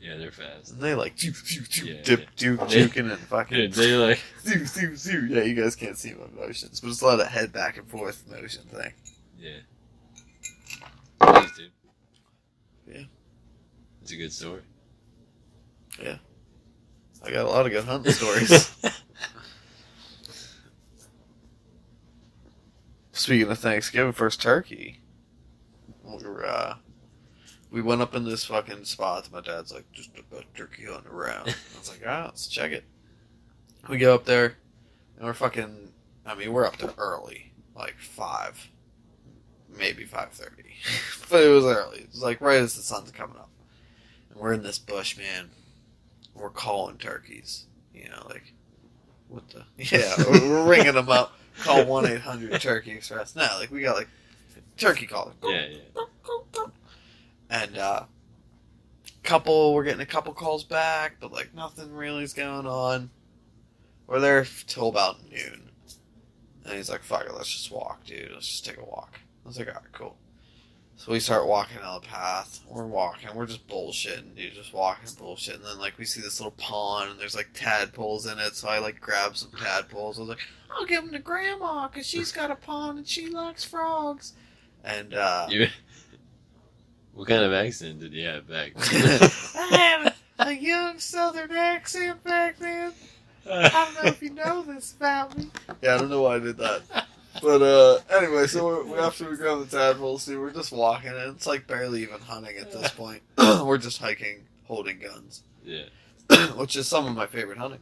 Speaker 2: yeah, they're fast.
Speaker 1: And they like, doo, doo, doo,
Speaker 2: Yeah,
Speaker 1: dip,
Speaker 2: yeah.
Speaker 1: duke, duking, and fucking.
Speaker 2: Dude, they like,
Speaker 1: zoo, zoo, zoo. Yeah, you guys can't see my motions, but it's a lot of head back and forth motion thing.
Speaker 2: (laughs) yeah. Thanks, dude.
Speaker 1: Yeah.
Speaker 2: It's a good story.
Speaker 1: I got a lot of good hunting stories. (laughs) Speaking of Thanksgiving, first turkey. We were, uh, we went up in this fucking spot. My dad's like, just the best turkey hunting around. I was like, ah, let's check it. We go up there, and we're fucking. I mean, we're up there early, like five, maybe five thirty, (laughs) but it was early. It was like right as the sun's coming up, and we're in this bush, man. We're calling turkeys, you know, like what the (laughs) yeah, we're, we're ringing them up. Call one eight hundred Turkey Express. No, like we got like turkey caller.
Speaker 2: Yeah, yeah.
Speaker 1: And uh couple we're getting a couple calls back, but like nothing really's going on. We're there f- till about noon. And he's like, fuck it, let's just walk, dude. Let's just take a walk. I was like, alright, cool. So we start walking down the path. We're walking. We're just bullshitting, dude. Just walking, bullshitting. And then, like, we see this little pond, and there's, like, tadpoles in it. So I, like, grab some tadpoles. I was like, I'll give them to Grandma, because she's got a pond and she likes frogs. And, uh.
Speaker 2: You, (laughs) what kind of accent did you have back
Speaker 1: (laughs) I had a young southern accent back then. I don't know if you know this about me. Yeah, I don't know why I did that. But uh, anyway, so we're, we after we grab the tadpoles, dude, we're just walking, and it's like barely even hunting at this point. (clears throat) we're just hiking, holding guns,
Speaker 2: (laughs)
Speaker 1: (clears throat)
Speaker 2: yeah.
Speaker 1: which is some of my favorite hunting.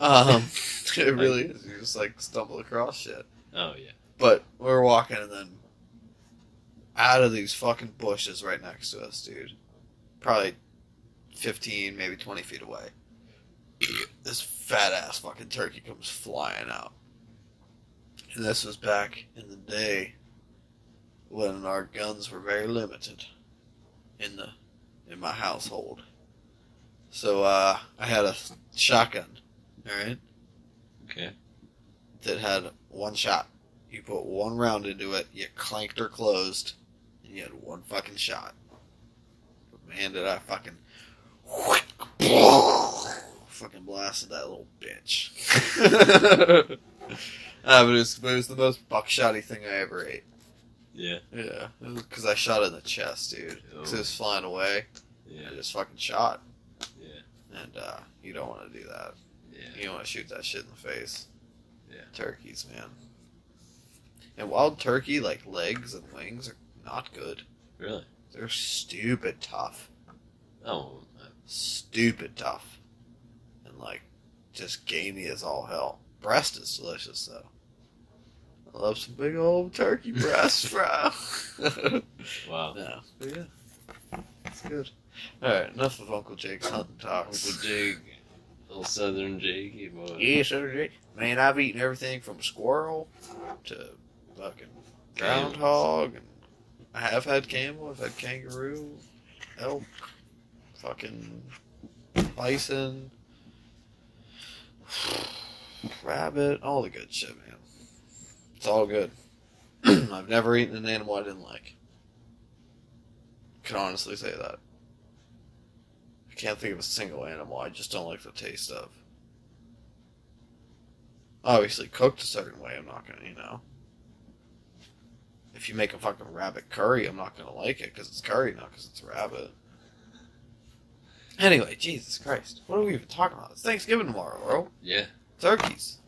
Speaker 1: Um, (laughs) it really is. You just like stumble across shit.
Speaker 2: Oh, yeah.
Speaker 1: But we're walking, and then out of these fucking bushes right next to us, dude. Probably 15, maybe 20 feet away. (clears throat) this fat ass fucking turkey comes flying out. And this was back in the day when our guns were very limited in the in my household. So uh, I had a shotgun, all right?
Speaker 2: Okay.
Speaker 1: that had one shot. You put one round into it, you clanked or closed, and you had one fucking shot. But man, did I fucking. Fucking blasted that little bitch. Ah, but it was, but it was the most buckshotty thing I ever ate.
Speaker 2: Yeah.
Speaker 1: Yeah, because I shot it in the chest, dude. 'Cause it was flying away.
Speaker 2: Yeah.
Speaker 1: I just fucking shot,
Speaker 2: Yeah.
Speaker 1: and uh, you don't want to do that.
Speaker 2: Yeah.
Speaker 1: You don't want to shoot that shit in the face.
Speaker 2: Yeah.
Speaker 1: Turkeys, man. And wild turkey, like legs and wings, are not good.
Speaker 2: Really?
Speaker 1: They're stupid tough.
Speaker 2: Oh, I-
Speaker 1: Stupid tough. And like, just gamey as all hell. Breast is delicious, though. I love some big old turkey breast
Speaker 2: (laughs)
Speaker 1: fry.
Speaker 2: wow.
Speaker 1: no. But (laughs) yeah. It's good. Alright, enough of Uncle Jake's hunting talks.
Speaker 2: Uncle Jake, little Southern Jakey boy.
Speaker 1: Yeah, so did I. Man, I've eaten everything from squirrel to fucking
Speaker 2: Camels.
Speaker 1: groundhog. And I have had camel. I've had kangaroo, elk, fucking bison, (sighs) rabbit, all the good shit, man. It's all good. (clears throat) I've never eaten an animal I didn't like. Can honestly say that. I can't think of a single animal I just don't like the taste of obviously cooked a certain way, I'm not gonna, you know. If you make a fucking rabbit curry, I'm not gonna like it because it's curry, not because it's rabbit. Anyway, Jesus Christ, what are we even talking about? It's Thanksgiving tomorrow, bro.
Speaker 2: Yeah,
Speaker 1: Turkeys.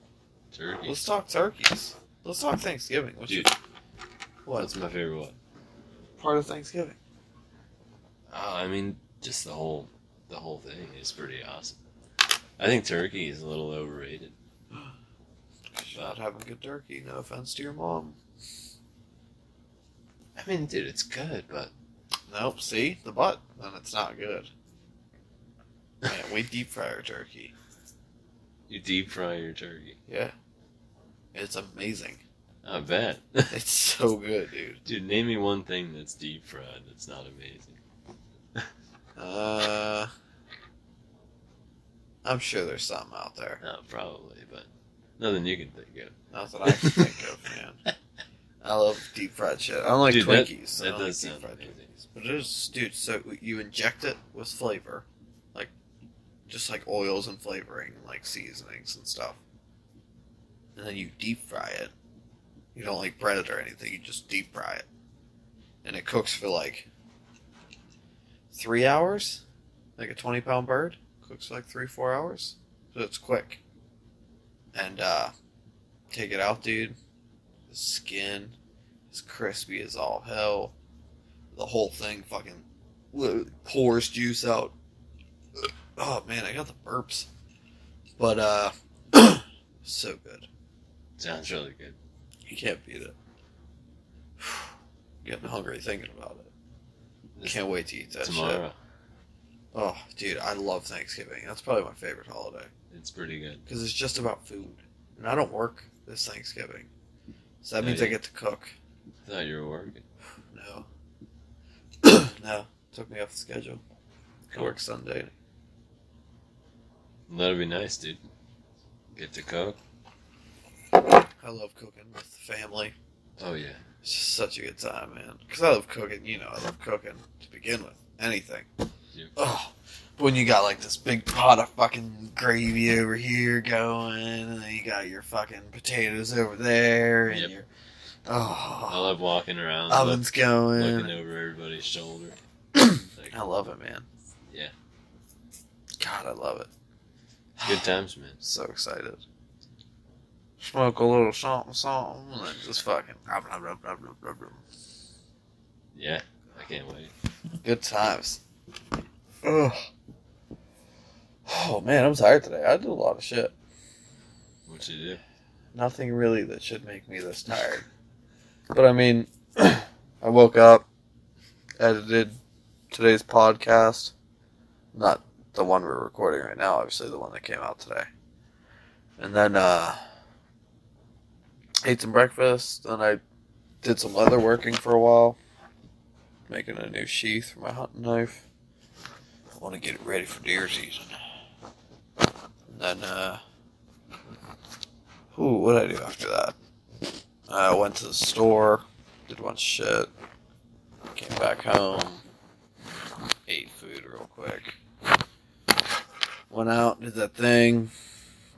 Speaker 2: turkey.
Speaker 1: Let's talk turkeys. Let's talk Thanksgiving. What's
Speaker 2: Dude,
Speaker 1: your
Speaker 2: what's
Speaker 1: what
Speaker 2: my favorite one?
Speaker 1: part of Thanksgiving?
Speaker 2: Oh, I mean, just the whole, the whole thing is pretty awesome. I think turkey is a little overrated.
Speaker 1: Not having good turkey. No offense to your mom.
Speaker 2: I mean, dude, it's good, but
Speaker 1: Nope. See the butt. Then it's not good. Man, we deep fry our turkey.
Speaker 2: you deep fry your turkey.
Speaker 1: Yeah, it's amazing.
Speaker 2: I bet.
Speaker 1: It's so good, dude.
Speaker 2: dude, name me one thing that's deep fried that's not amazing.
Speaker 1: Uh, I'm sure there's some out there.
Speaker 2: Oh, probably, but nothing you can think of.
Speaker 1: Not that I can think of, man. I love deep fried shit. I don't like
Speaker 2: Dude, that-
Speaker 1: Twinkies. I
Speaker 2: that
Speaker 1: don't
Speaker 2: does
Speaker 1: like
Speaker 2: sound
Speaker 1: deep fried
Speaker 2: amazing.
Speaker 1: Twinkies. But it is, dude. So you inject it with flavor, like just like oils and flavoring, like seasonings and stuff, and then you deep fry it. You don't like bread it or anything. You just deep fry it, and it cooks for like three hours. Like a twenty pound bird cooks for like three four hours, so it's quick. And uh, take it out, dude. The skin is crispy as all hell. The whole thing fucking li- pours juice out. Oh man, I got the burps. But uh, (clears throat) so good.
Speaker 2: Sounds really good.
Speaker 1: You can't beat it. (sighs) Getting hungry thinking about it.
Speaker 2: This-
Speaker 1: Can't wait to eat that shit.
Speaker 2: tomorrow,
Speaker 1: Oh, dude, I love Thanksgiving. That's probably my favorite holiday.
Speaker 2: it's pretty good.
Speaker 1: because it's just about food. And I don't work this Thanksgiving, so that
Speaker 2: Oh,
Speaker 1: means I
Speaker 2: yeah.
Speaker 1: get to cook.
Speaker 2: I thought you were working.
Speaker 1: No, (clears throat) no, took me off the schedule. I work Sunday.
Speaker 2: That'd be nice, dude. Get to cook.
Speaker 1: I love cooking with the family.
Speaker 2: Oh yeah.
Speaker 1: It's just such a good time, man. Because I love cooking. You know, I love cooking to begin with. Anything.
Speaker 2: Yeah.
Speaker 1: Oh, when you got like this big pot of fucking gravy over here going, and then you got your fucking potatoes over there, and
Speaker 2: Yep.
Speaker 1: your
Speaker 2: I
Speaker 1: oh,
Speaker 2: love walking around,
Speaker 1: oven's
Speaker 2: look-
Speaker 1: going.
Speaker 2: looking over everybody's shoulder.
Speaker 1: (clears throat)
Speaker 2: like,
Speaker 1: I love it, man.
Speaker 2: Yeah.
Speaker 1: God, I love it.
Speaker 2: good times, man.
Speaker 1: So excited. Smoke a little something, something, and then just fucking. rub, rub, rub, rub, rub, rub, rub.
Speaker 2: Yeah, I can't wait.
Speaker 1: Good times. Ugh. Oh man, I'm tired today. I did a lot of shit.
Speaker 2: What you do?
Speaker 1: Nothing really that should make me this tired. But I mean, (clears throat) I woke up, edited today's podcast. Not the one we're recording right now, obviously, the one that came out today. And then, uh, ate some breakfast. Then I did some leather working for a while, making a new sheath for my hunting knife. I want to get it ready for deer season. And then, uh, Ooh, what did I do after that? I went to the store, did one shit, came back home, ate food real quick, went out, did that thing,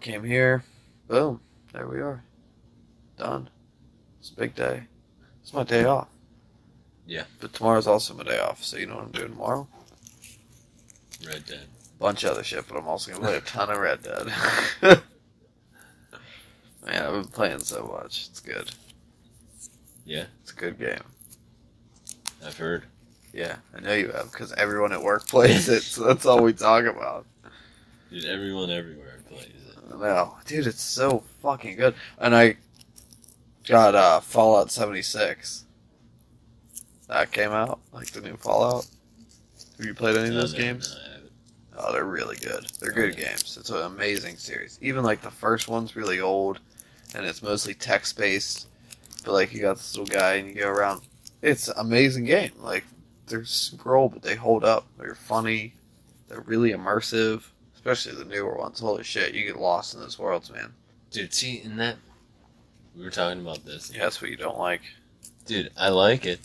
Speaker 1: came here, boom, there we are. done. It's a big day. It's my day off.
Speaker 2: Yeah.
Speaker 1: But tomorrow's also my day off, so you know what I'm doing tomorrow?
Speaker 2: Red Dead.
Speaker 1: Bunch of other shit, but I'm also gonna play a ton of Red Dead. (laughs) Man, I've been playing so much. It's good.
Speaker 2: Yeah.
Speaker 1: It's a good game.
Speaker 2: I've heard.
Speaker 1: Yeah, I know you have, because everyone at work (laughs) plays it, so that's all we talk about.
Speaker 2: Dude, everyone everywhere plays it.
Speaker 1: No, dude, it's so fucking good. And I got uh, Fallout 76. That came out, like the new Fallout. Have you played any of
Speaker 2: No,
Speaker 1: those
Speaker 2: no,
Speaker 1: games?
Speaker 2: no, I haven't.
Speaker 1: Oh, they're really good. They're
Speaker 2: Oh,
Speaker 1: good
Speaker 2: yeah.
Speaker 1: games. It's an amazing series. Even like the first one's really old, and it's mostly text based. But like you got this little guy, and you go around. It's an amazing game. Like they're super old, but they hold up. They're funny. They're really immersive, especially the newer ones. Holy shit, you get lost in those worlds, man.
Speaker 2: Dude, see, in that. We were talking about this.
Speaker 1: Yeah, that's what you don't like.
Speaker 2: Dude, I like it,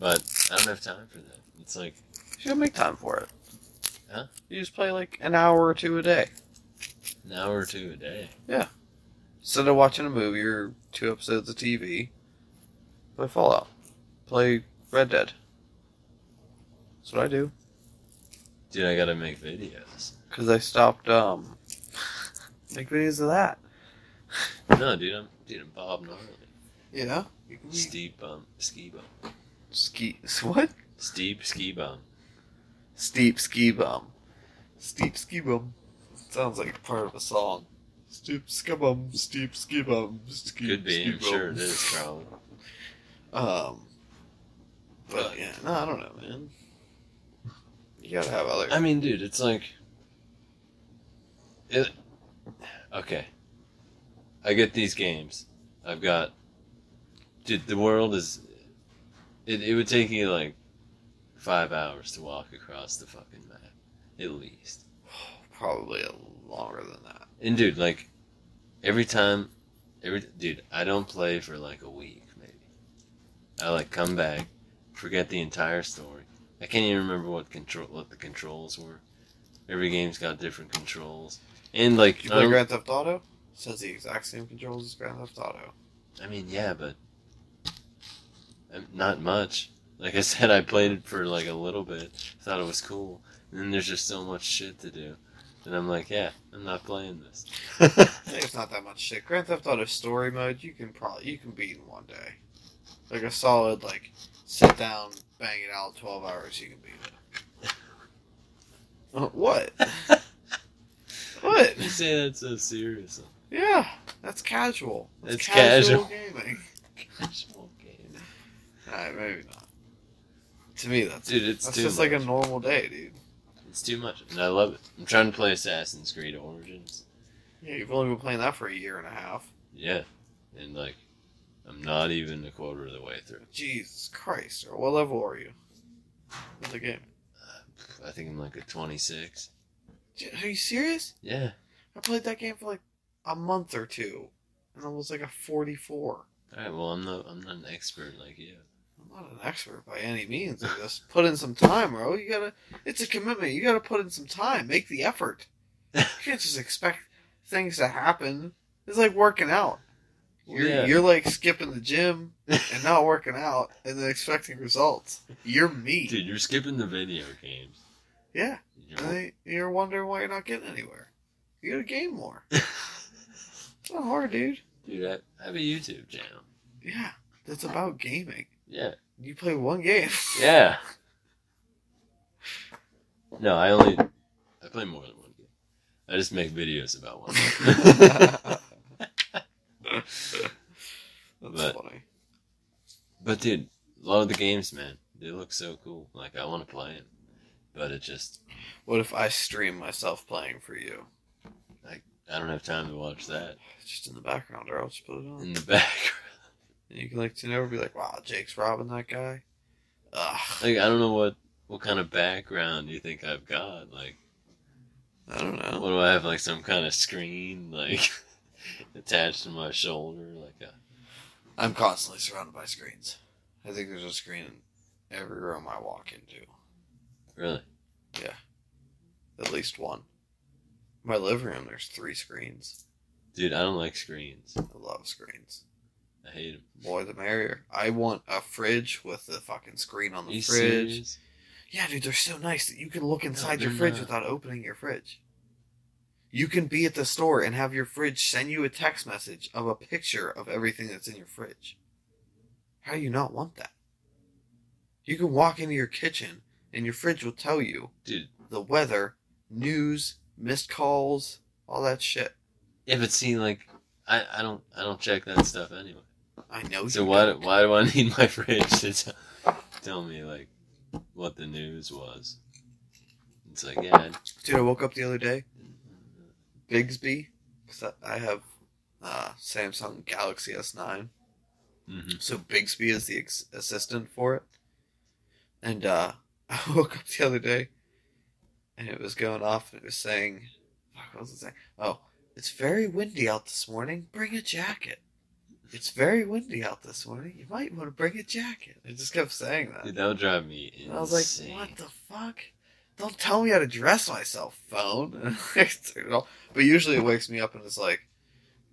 Speaker 2: but I don't have time for that. It's like,
Speaker 1: You gotta make time for it.
Speaker 2: Huh?
Speaker 1: You just play like an hour or two a day.
Speaker 2: an hour or two a day.
Speaker 1: instead of watching a movie or two episodes of TV, play Fallout. Play Red Dead. That's what I do.
Speaker 2: Dude, I gotta make videos.
Speaker 1: Because I stopped, um, (laughs) make videos of that.
Speaker 2: No, dude, I'm dude, I'm Bob Gnarly.
Speaker 1: Yeah.
Speaker 2: Steep bum, ski bum,
Speaker 1: Ski, (laughs) what?
Speaker 2: steep ski bum.
Speaker 1: Steep ski bum. Steep ski bum. Sounds like part of a song. Steep ski bum, steep ski bum, steep
Speaker 2: Could be,
Speaker 1: ski
Speaker 2: I'm sure
Speaker 1: bum.
Speaker 2: it is probably.
Speaker 1: Um, but yeah, no, I don't know, man. You gotta have other.
Speaker 2: I mean, dude, it's like, it, okay. I get these games. I've got, dude, the world is. It, it would take you like five hours to walk across the fucking map, at least.
Speaker 1: (sighs) probably longer than that.
Speaker 2: And dude, like every time, every dude, I don't play for like a week maybe. I like come back, forget the entire story. I can't even remember what control what the controls were. Every game's got different controls, and like um,
Speaker 1: Did you
Speaker 2: I
Speaker 1: play
Speaker 2: don't-
Speaker 1: Grand Theft Auto? Says the exact same controls as Grand Theft Auto.
Speaker 2: I mean, yeah, but um, not much. Like I (laughs) said, I played it for like a little bit, thought it was cool, and then there's just so much shit to do, and I'm like, yeah, I'm not playing this.
Speaker 1: (laughs)
Speaker 2: (laughs)
Speaker 1: There's not that much shit. Grand Theft Auto story mode, you can probably you can beat in one day. Like a solid like sit down, bang it out, twelve hours, you can beat it. Uh, what? What?
Speaker 2: You say that so seriously.
Speaker 1: Yeah, that's casual.
Speaker 2: That's
Speaker 1: gaming. (laughs)
Speaker 2: Casual game.
Speaker 1: Alright, maybe not. To me, that's
Speaker 2: Dude, it's
Speaker 1: that's
Speaker 2: too
Speaker 1: just
Speaker 2: much.
Speaker 1: like a normal day, dude.
Speaker 2: It's too much, and I love it. I'm trying to play Assassin's Creed Origins.
Speaker 1: Yeah, you've only been playing that for a year and a half.
Speaker 2: Yeah, and like, I'm not even a quarter of the way through.
Speaker 1: Jesus Christ, or what level are you? Of the game?
Speaker 2: I think I'm like a 26.
Speaker 1: J- Are you serious?
Speaker 2: Yeah,
Speaker 1: I played that game for like a month or two, and I was like a 44.
Speaker 2: all right. Well, I'm not. I'm not an expert like you.
Speaker 1: I'm not an expert by any means. I just put in some time, bro. You gotta. It's a commitment. You gotta put in some time. Make the effort.
Speaker 2: (laughs)
Speaker 1: You can't just expect things to happen. It's like working out. You're,
Speaker 2: Yeah.
Speaker 1: you're like skipping the
Speaker 2: (laughs)
Speaker 1: gym and not working out and then expecting results. You're me.
Speaker 2: Dude, you're skipping the video games.
Speaker 1: Yeah.
Speaker 2: You're-
Speaker 1: And then you're wondering why you're not getting anywhere. You gotta game
Speaker 2: (laughs)
Speaker 1: more. it's not hard, dude.
Speaker 2: dude, I, I have a YouTube channel.
Speaker 1: Yeah, that's about gaming.
Speaker 2: Yeah,
Speaker 1: You play one game. (laughs)
Speaker 2: yeah. (laughs) No, I only. I play more than one game. I just make videos about one.
Speaker 1: (laughs)
Speaker 2: game. (laughs)
Speaker 1: that's
Speaker 2: But-
Speaker 1: funny.
Speaker 2: But dude, a lot of the games, man, they look so cool. Like I want to play them, but it just
Speaker 1: What if I stream myself playing for you?
Speaker 2: I don't have time to watch that
Speaker 1: Just in the background, or I'll just put it on.
Speaker 2: in the (laughs) background.
Speaker 1: And you can like to know, be like, wow, Jake's robbing that guy. Ugh.
Speaker 2: Like I don't know what what kind of background you think I've got. Like
Speaker 1: I don't know.
Speaker 2: what do I have? Like some kind of screen (laughs) like attached to my shoulder, like uh, a
Speaker 1: I'm constantly surrounded by screens. I think there's a screen in every room I walk into.
Speaker 2: really.
Speaker 1: At least one. My living room, there's three screens.
Speaker 2: Dude, I don't like screens.
Speaker 1: I love screens.
Speaker 2: I hate him.
Speaker 1: More the merrier. I want a fridge with the fucking screen on the
Speaker 2: You
Speaker 1: fridge.
Speaker 2: serious?
Speaker 1: Yeah, dude, they're so nice that you can look inside your
Speaker 2: they're
Speaker 1: fridge
Speaker 2: not.
Speaker 1: without opening your fridge. You can be at the store and have your fridge send you a text message of a picture of everything that's in your fridge. How do you not want that? You can walk into your kitchen and your fridge will tell you
Speaker 2: Dude.
Speaker 1: the weather, news, missed calls, all that shit.
Speaker 2: Yeah, but see, like, I, I don't I don't check that stuff anyway.
Speaker 1: I know
Speaker 2: So
Speaker 1: you
Speaker 2: why do-
Speaker 1: don't.
Speaker 2: why do I need my fridge to tell, tell me like what the news was? It's like yeah,
Speaker 1: Dude, I woke up the other day. Bigsby, because I I have uh, Samsung Galaxy S9.
Speaker 2: mm-hmm.
Speaker 1: So Bigsby is the ex- assistant for it. And uh, (laughs) I woke up the other day and it was going off and it was saying, fuck, what was it saying? Oh, it's very windy out this morning. Bring a jacket. It's very windy out this morning. You might want to bring a jacket. It just kept saying that.
Speaker 2: dude, that'll drive me insane.
Speaker 1: And I was like, what the fuck? Don't tell me how to dress myself, phone. (laughs) but usually it wakes me up and it's like,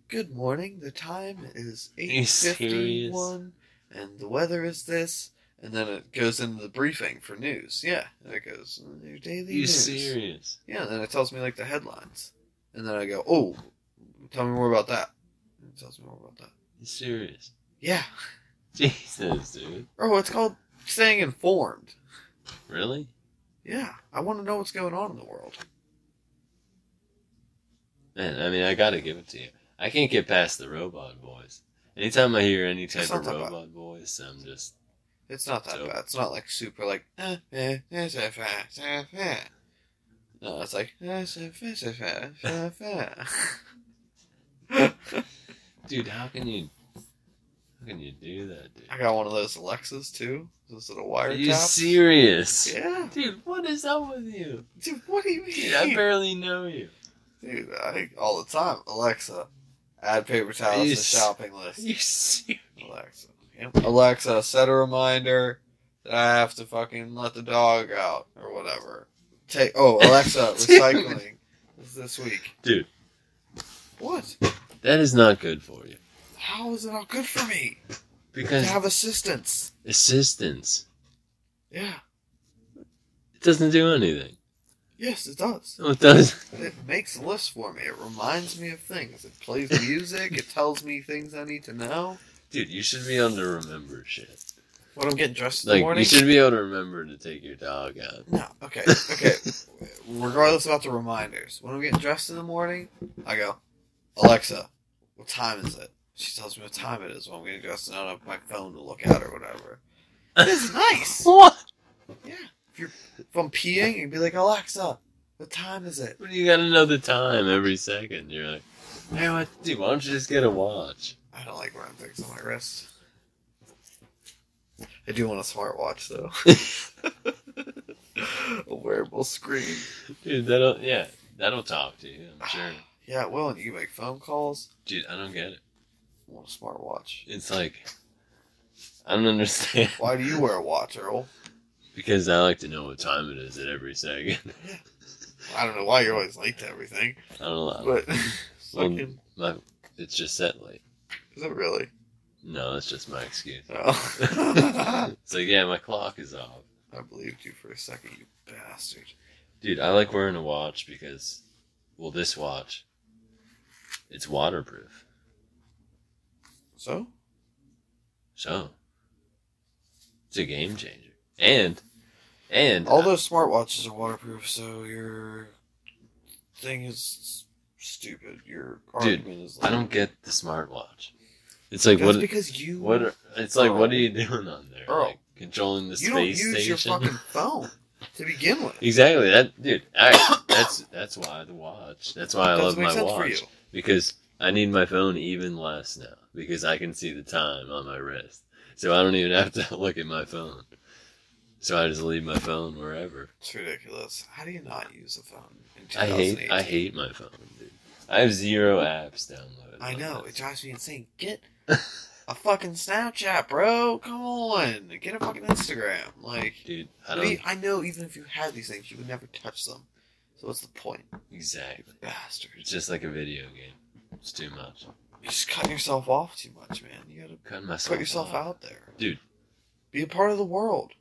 Speaker 1: good morning, the time is
Speaker 2: you serious?
Speaker 1: 8.51 and the weather is this. And then it goes into the briefing for news. Yeah, and it goes, your daily
Speaker 2: you
Speaker 1: news.
Speaker 2: serious?
Speaker 1: Yeah, and then it tells me like the headlines. And then I go, oh, tell me more about that. And it tells me more about that.
Speaker 2: You serious? (laughs)
Speaker 1: Yeah.
Speaker 2: Jesus, dude,
Speaker 1: Oh, it's called staying informed.
Speaker 2: really?
Speaker 1: Yeah, I want to know what's going on in the world.
Speaker 2: Man, I mean, I gotta give it to you. I can't get past the robot voice. Anytime I hear any type
Speaker 1: It's not
Speaker 2: of
Speaker 1: that bad.
Speaker 2: robot voice, I'm just
Speaker 1: It's not that
Speaker 2: So-
Speaker 1: bad. It's not like super like. "Uh, eh, eh, eh, eh, eh, eh." No, it's like. "Eh, eh, eh, eh, eh, eh, eh."
Speaker 2: dude, how can you, how can you do that, dude?
Speaker 1: (laughs) I got one of those Alexas too. Is it a
Speaker 2: Are
Speaker 1: wire
Speaker 2: you serious?
Speaker 1: Yeah,
Speaker 2: Dude, what is up with you?
Speaker 1: dude. What do you mean? (laughs)
Speaker 2: Dude, I barely know you.
Speaker 1: Dude, I- all the time. Alexa, add paper
Speaker 2: Are
Speaker 1: towels
Speaker 2: you
Speaker 1: to
Speaker 2: s-
Speaker 1: shopping (laughs) list.
Speaker 2: You serious?
Speaker 1: Alexa, Yep. Alexa, set a reminder that I have to fucking let the dog out or whatever. Take oh (laughs) Alexa,
Speaker 2: Dude.
Speaker 1: recycling is this week,
Speaker 2: Dude.
Speaker 1: What?
Speaker 2: That is not good for you.
Speaker 1: How is it not good for me to
Speaker 2: Because
Speaker 1: have assistance?
Speaker 2: assistance,
Speaker 1: Yeah.
Speaker 2: it doesn't do anything.
Speaker 1: Yes, it does.
Speaker 2: No, it does.
Speaker 1: It makes lists for me. It reminds me of things. It plays music. it tells me things I need to know.
Speaker 2: (laughs) Dude, you should be able to remember shit.
Speaker 1: When I'm getting dressed in the
Speaker 2: Like,
Speaker 1: morning.
Speaker 2: you should be able to remember to take your dog out.
Speaker 1: No. Okay. Okay. Regardless about the reminders, when I'm getting dressed in the morning, I go, Alexa, what time is it? She tells me what time it is when I'm getting dressed, and I don't have my phone to look at or whatever. This is nice.
Speaker 2: What?
Speaker 1: Yeah. If you're if I'm peeing, you'd be like, Alexa, what time is it?
Speaker 2: When you gotta know the time every second, you're like, hey, what? Dude, why don't you just get a watch?
Speaker 1: I don't like wearing things on my wrist. I do want a smartwatch though. (laughs) a wearable screen.
Speaker 2: Dude, that'll, yeah, that'll talk to you, I'm sure.
Speaker 1: Yeah, it will, and you can make phone calls.
Speaker 2: Dude, I don't get it.
Speaker 1: I want a smartwatch.
Speaker 2: It's like, I don't understand. (laughs)
Speaker 1: Why do you wear a watch, Earl?
Speaker 2: Because I like to know what time it is at every second. (laughs)
Speaker 1: I don't know why you're always late to everything,
Speaker 2: I don't
Speaker 1: (laughs)
Speaker 2: know.
Speaker 1: but
Speaker 2: Well,
Speaker 1: fucking,
Speaker 2: my, it's just set late.
Speaker 1: is it really?
Speaker 2: No, that's just
Speaker 1: (laughs)
Speaker 2: my excuse. (laughs)
Speaker 1: Oh.
Speaker 2: it's like, yeah, my clock is off.
Speaker 1: I believed you for a second, you bastard.
Speaker 2: Dude, I like wearing a watch because, well, this watch, it's waterproof.
Speaker 1: So?
Speaker 2: So, it's a game changer. And, and,
Speaker 1: All those smartwatches are waterproof, so your thing is stupid. Your
Speaker 2: Dude,
Speaker 1: argument is like.
Speaker 2: I don't get the smartwatch. It's like,
Speaker 1: That's
Speaker 2: what,
Speaker 1: because you
Speaker 2: what are, it's like,
Speaker 1: Earl.
Speaker 2: what are you doing on there?
Speaker 1: Earl.
Speaker 2: Like, controlling the
Speaker 1: you don't
Speaker 2: space
Speaker 1: use your
Speaker 2: station?
Speaker 1: fucking phone to begin with.
Speaker 2: (laughs) exactly. That, dude, I, that's, that's why the watch. That's why (laughs) I
Speaker 1: Doesn't
Speaker 2: love
Speaker 1: make
Speaker 2: my
Speaker 1: sense
Speaker 2: watch.
Speaker 1: for you.
Speaker 2: because I need my phone even less now because I can see the time on my wrist. So I don't even have to (laughs) look at my phone. So I just leave my phone wherever.
Speaker 1: It's ridiculous. How do you not use a phone in
Speaker 2: I
Speaker 1: 2008?
Speaker 2: hate I hate my phone, dude. I have zero apps downloaded.
Speaker 1: I
Speaker 2: on
Speaker 1: know
Speaker 2: this.
Speaker 1: it drives me insane.
Speaker 2: (laughs)
Speaker 1: Get a fucking Snapchat, bro. Come on, get a fucking Instagram. Like,
Speaker 2: Dude, I
Speaker 1: I,
Speaker 2: don't
Speaker 1: I know even if you had these things, you would never touch them. So what's the point,
Speaker 2: exactly.
Speaker 1: bastards?
Speaker 2: It's just like a video game. It's too much.
Speaker 1: You're just cutting yourself off too much, man. You gotta
Speaker 2: Cutting myself.
Speaker 1: put yourself
Speaker 2: off.
Speaker 1: out there.
Speaker 2: Dude.
Speaker 1: Be a part of the world.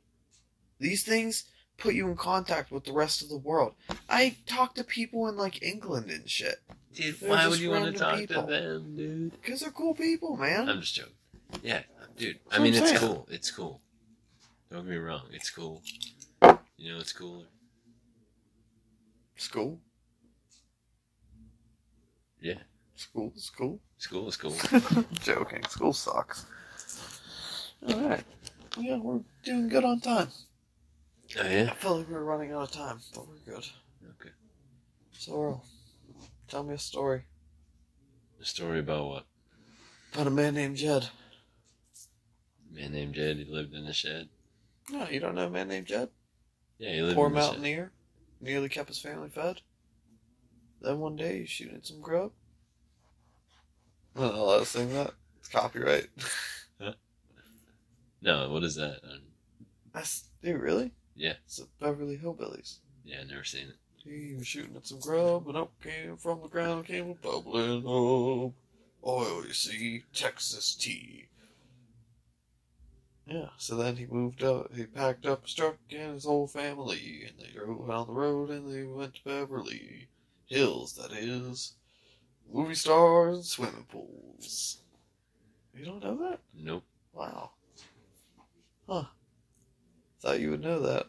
Speaker 1: These things put you in contact with the rest of the world. I talk to people in like England and shit.
Speaker 2: Dude,
Speaker 1: They're
Speaker 2: why
Speaker 1: just
Speaker 2: would you want
Speaker 1: random
Speaker 2: to talk
Speaker 1: people.
Speaker 2: to them, dude?
Speaker 1: Because they're cool people, man.
Speaker 2: I'm just joking. Yeah, dude.
Speaker 1: That's
Speaker 2: I
Speaker 1: what
Speaker 2: mean,
Speaker 1: I'm
Speaker 2: it's
Speaker 1: saying.
Speaker 2: cool. It's cool. Don't get me wrong. It's cool. You know, it's cooler.
Speaker 1: School.
Speaker 2: Yeah.
Speaker 1: School, school.
Speaker 2: School is (laughs) cool.
Speaker 1: Joking. School sucks. Alright. Yeah, we're doing good on time.
Speaker 2: Oh yeah.
Speaker 1: I felt like we were running out of time, but we're good.
Speaker 2: Okay.
Speaker 1: So, Earl, tell me a story
Speaker 2: A story about what?
Speaker 1: about a man named Jed.
Speaker 2: A man named Jed. He lived in a shed.
Speaker 1: No, you don't know a man named Jed?
Speaker 2: Yeah, he lived
Speaker 1: Poor
Speaker 2: in a shed.
Speaker 1: mountaineer, nearly kept his family fed. Then one day he's shooting at some grub. I don't know how to sing that. It's copyright. (laughs)
Speaker 2: No, what is that? Um,
Speaker 1: That's dude, really?
Speaker 2: Yeah.
Speaker 1: It's the Beverly Hillbillies.
Speaker 2: yeah, I've never seen it.
Speaker 1: He was shooting at some grub, and up came from the ground came a bubbling up. Oil, you see, Texas tea. Yeah, so then he moved up, he packed up his truck and his whole family, and they drove down the road and they went to Beverly Hills, that is. Movie stars and swimming pools. You don't know that?
Speaker 2: Nope.
Speaker 1: Wow. Huh. Thought you would know that.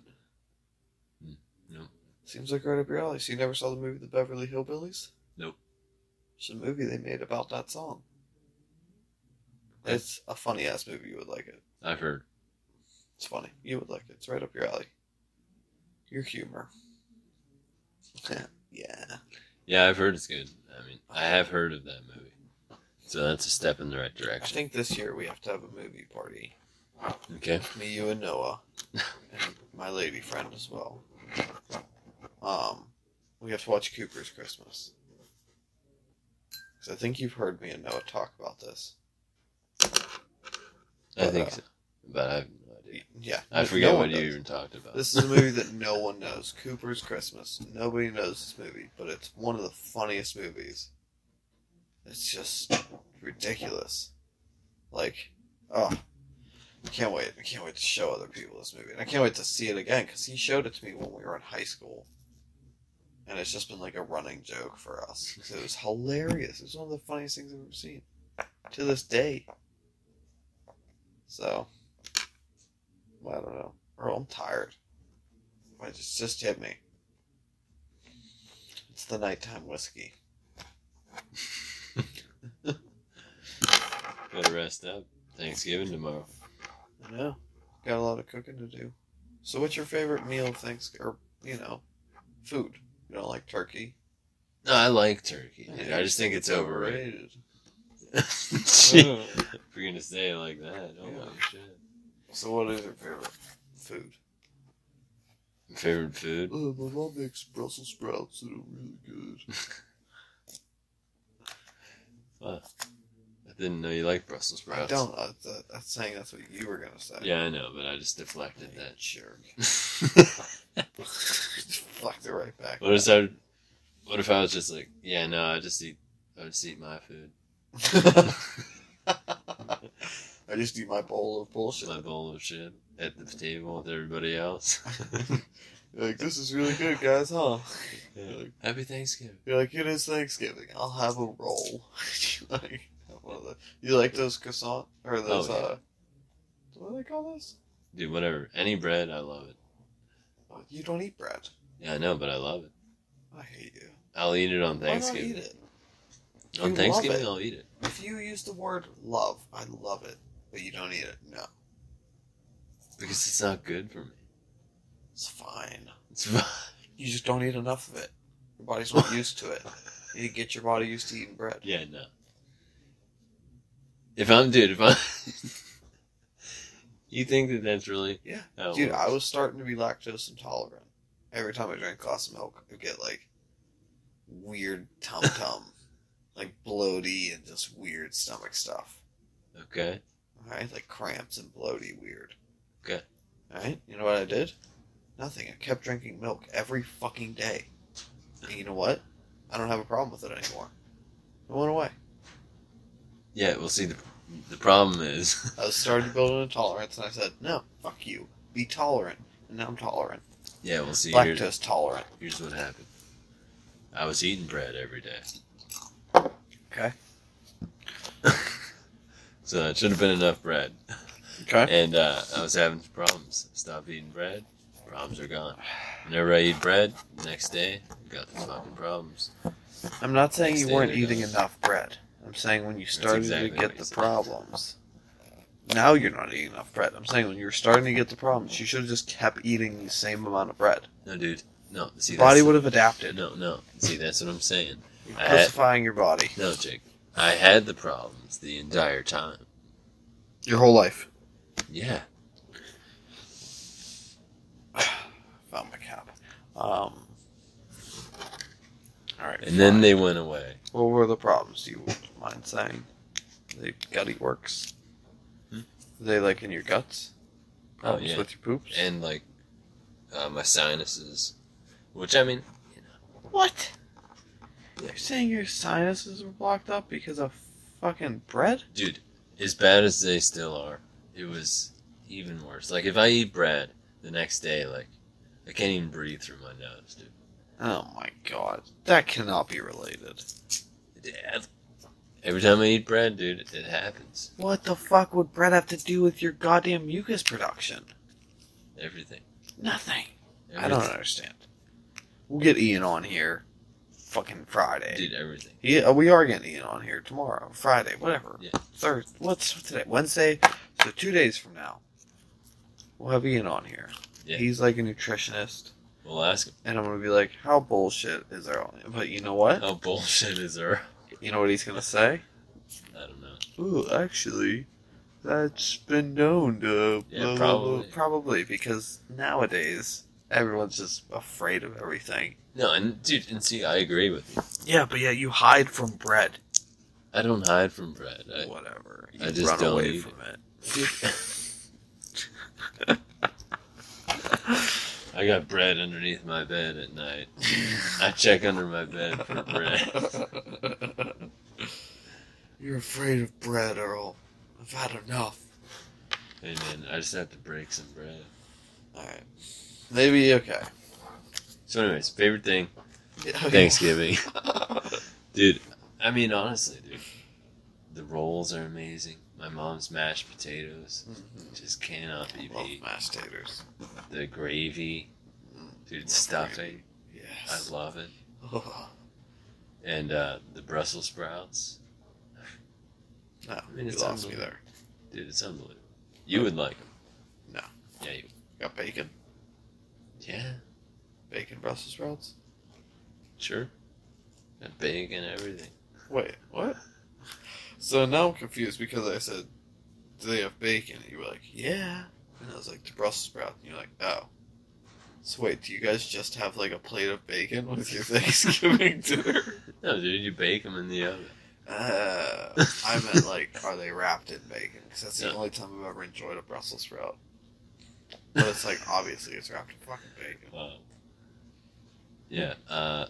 Speaker 2: Hmm, no.
Speaker 1: Seems like right up your alley. So you never saw the movie The Beverly Hillbillies?
Speaker 2: Nope.
Speaker 1: It's a movie they made about that song.
Speaker 2: Okay.
Speaker 1: It's a funny ass movie. You would like it.
Speaker 2: I've heard.
Speaker 1: It's funny. You would like it. It's right up your alley. Your humor. (laughs) yeah.
Speaker 2: Yeah, I've heard it's good. I mean, I have heard of that movie. So that's a step in the right
Speaker 1: I
Speaker 2: direction.
Speaker 1: think this year we have to have a movie party.
Speaker 2: Okay.
Speaker 1: Me, you, and Noah, and my lady friend as well. Um, we have to watch Cooper's Christmas. 'Cause I think you've heard me and Noah talk about this.
Speaker 2: I think so. But I have no idea.
Speaker 1: Yeah.
Speaker 2: I
Speaker 1: no
Speaker 2: forget
Speaker 1: one
Speaker 2: what you
Speaker 1: does.
Speaker 2: even talked about. (laughs)
Speaker 1: This is a movie that no one knows. Cooper's Christmas. Nobody knows this movie, but it's one of the funniest movies. It's just ridiculous. Like, oh, I can't wait. I can't wait to show other people this movie. And I can't wait to see it again because he showed it to me when we were in high school. And it's just been like a running joke for us. 'Cause It was hilarious. It was one of the funniest things I've ever seen to this day. So, I don't know. Earl, I'm tired. It just, just hit me. It's the nighttime whiskey.
Speaker 2: Better rest up. Thanksgiving tomorrow.
Speaker 1: I know. Got a lot of cooking to do. So, what's your favorite meal? of Thanks, or you know, food. You don't like turkey?
Speaker 2: No, I like turkey. Dude. I just think it's (laughs) overrated. if
Speaker 1: Overrated.
Speaker 2: you're gonna say it like that, oh my
Speaker 1: Yeah.
Speaker 2: shit.
Speaker 1: so, what is your favorite food?
Speaker 2: Favorite food?
Speaker 1: Uh, my mom makes Brussels sprouts that are really good.
Speaker 2: I didn't know you like Brussels
Speaker 1: I
Speaker 2: sprouts.
Speaker 1: don't. I, that, that's saying that's what you were gonna say.
Speaker 2: Yeah, I know, but I just deflected
Speaker 1: Did that (laughs) jerk.
Speaker 2: that.
Speaker 1: Fucked it right back.
Speaker 2: (laughs) what if I? What if I was just like, yeah, no, I just eat, I just eat my food,
Speaker 1: (laughs) I just eat my bowl of bullshit.
Speaker 2: my bowl of shit at the table with everybody else. (laughs)
Speaker 1: You're like, this is really good, guys, huh?
Speaker 2: Yeah. Happy Thanksgiving.
Speaker 1: You're like, it is Thanksgiving. I'll have a roll. (laughs) you like have one of the, you like those croissant or those
Speaker 2: Oh, yeah.
Speaker 1: uh what do they call those?
Speaker 2: Dude, whatever. Any bread, I love it.
Speaker 1: Oh, You don't eat bread.
Speaker 2: Yeah, I know, but I love it.
Speaker 1: I hate you.
Speaker 2: I'll eat it on
Speaker 1: Why not
Speaker 2: Thanksgiving.
Speaker 1: eat it? You
Speaker 2: On
Speaker 1: love
Speaker 2: Thanksgiving,
Speaker 1: it.
Speaker 2: I'll eat it.
Speaker 1: If you use the word love, I love it. But you don't eat it. No.
Speaker 2: Because it's not good for me.
Speaker 1: It's fine.
Speaker 2: It's (laughs) fine.
Speaker 1: You just don't eat enough of it. Your body's not used to it. You need to get your body used to eating bread.
Speaker 2: Yeah, no. If I'm, (laughs) dude, if I, you think that that's really,
Speaker 1: Yeah.
Speaker 2: how it
Speaker 1: Dude,
Speaker 2: works?
Speaker 1: I was starting to be lactose intolerant. Every time I drank a glass of milk, I get like weird tum tum, like bloaty and just weird stomach stuff.
Speaker 2: okay,
Speaker 1: All right, like cramps and bloaty, weird.
Speaker 2: Okay.
Speaker 1: All right, you know what I did? Nothing. I kept drinking milk every fucking day. And you know what? I don't have a problem with it anymore. It went away.
Speaker 2: Yeah, well, see, the, the problem is, (laughs)
Speaker 1: I was starting to build an intolerance, and I said, no, fuck you. Be tolerant. And now I'm tolerant.
Speaker 2: yeah, well, see, here's,
Speaker 1: Lactose tolerant.
Speaker 2: here's what happened. I was eating bread every day.
Speaker 1: Okay.
Speaker 2: (laughs) so it should have been enough bread.
Speaker 1: Okay.
Speaker 2: And uh, I was having some problems. Stop eating bread. Problems are gone. Whenever I eat bread, the next day, got the fucking problems.
Speaker 1: I'm not saying you
Speaker 2: Standard
Speaker 1: weren't eating
Speaker 2: dose.
Speaker 1: enough bread. I'm saying when you started
Speaker 2: exactly
Speaker 1: to
Speaker 2: what
Speaker 1: get
Speaker 2: he
Speaker 1: the
Speaker 2: said.
Speaker 1: problems. Now you're not eating enough bread. I'm saying when you were starting to get the problems, you should have just kept eating the same amount of bread.
Speaker 2: No, dude. No. See,
Speaker 1: Your body
Speaker 2: that's-
Speaker 1: would have adapted.
Speaker 2: No, no. See, that's what I'm saying.
Speaker 1: You're
Speaker 2: I had-
Speaker 1: crucifying your body.
Speaker 2: No, Jake. I had the problems the entire time.
Speaker 1: Your whole life.
Speaker 2: Yeah.
Speaker 1: Found my cap. Um. Alright.
Speaker 2: And then they went away.
Speaker 1: What were the problems? Do you mind saying? They gutty works.
Speaker 2: Hmm? Oh,
Speaker 1: They like in your guts. Problems
Speaker 2: yeah.
Speaker 1: with your poops.
Speaker 2: And, like, uh, my sinuses. Which, I mean,
Speaker 1: what? You're saying your sinuses were blocked up because of fucking bread?
Speaker 2: dude, as bad as they still are, it was even worse. Like, if I eat bread the next day, like, I can't even breathe through my nose, dude.
Speaker 1: Oh my god, that cannot be related.
Speaker 2: Yeah. Every time I eat bread, dude, it happens.
Speaker 1: What the fuck would bread have to do with your goddamn mucus production?
Speaker 2: Everything.
Speaker 1: Nothing. I
Speaker 2: everything.
Speaker 1: don't understand. We'll get Ian on here, fucking Friday.
Speaker 2: Dude, everything.
Speaker 1: Yeah, uh, we are getting Ian on here tomorrow, Friday, whatever.
Speaker 2: Yeah.
Speaker 1: Thursday. What's today? Wednesday. So two days from now, we'll have Ian on here.
Speaker 2: Yeah.
Speaker 1: He's like a nutritionist,
Speaker 2: We'll ask him,
Speaker 1: and I'm gonna be like, "How bullshit is there?" on-" But you know what?
Speaker 2: how bullshit is there?
Speaker 1: You know what he's gonna say?
Speaker 2: I don't know.
Speaker 1: Ooh, actually, that's been known to
Speaker 2: Yeah, probably.
Speaker 1: probably because nowadays everyone's just afraid of everything.
Speaker 2: No, and dude, and see, I agree with you.
Speaker 1: Yeah, but yeah, you hide from bread.
Speaker 2: I don't hide from bread. I,
Speaker 1: Whatever. You
Speaker 2: I just
Speaker 1: run
Speaker 2: don't
Speaker 1: away
Speaker 2: eat
Speaker 1: from it.
Speaker 2: I got bread underneath my bed at night. I check under my bed for bread.
Speaker 1: (laughs) You're afraid of bread, Earl. I've had enough.
Speaker 2: Hey man, I just have to break some bread.
Speaker 1: Alright. Maybe, okay.
Speaker 2: So, anyways, favorite thing
Speaker 1: Thanks. (laughs)
Speaker 2: Thanksgiving, (laughs) dude. I mean, honestly, dude, the rolls are amazing. My mom's mashed potatoes just cannot be
Speaker 1: Love
Speaker 2: beat.
Speaker 1: mashed taters.
Speaker 2: The gravy, dude, stuffing, I
Speaker 1: (laughs) Yes. Oh,
Speaker 2: love it. And uh, the Brussels sprouts,
Speaker 1: no,
Speaker 2: I mean,
Speaker 1: you
Speaker 2: it's
Speaker 1: lost me there.
Speaker 2: dude, it's unbelievable. You would like them.
Speaker 1: No.
Speaker 2: Yeah, you.
Speaker 1: Got bacon.
Speaker 2: Yeah,
Speaker 1: Bacon Brussels sprouts.
Speaker 2: sure. Got bacon, everything.
Speaker 1: Wait,
Speaker 2: (laughs)
Speaker 1: what? So now I'm confused because I said, do they have bacon? And you were like, yeah. And I was like, the Brussels sprout. And you're like, oh. So wait, do you guys just have like a plate of bacon with your (laughs) Thanksgiving dinner?
Speaker 2: No, dude, you bake them in the oven.
Speaker 1: Uh, I
Speaker 2: (laughs)
Speaker 1: meant like, are they wrapped in bacon? Because that's the
Speaker 2: Yeah.
Speaker 1: only time I've ever enjoyed a Brussels sprout. But it's like obviously it's wrapped in fucking bacon.
Speaker 2: Wow. Yeah, uh,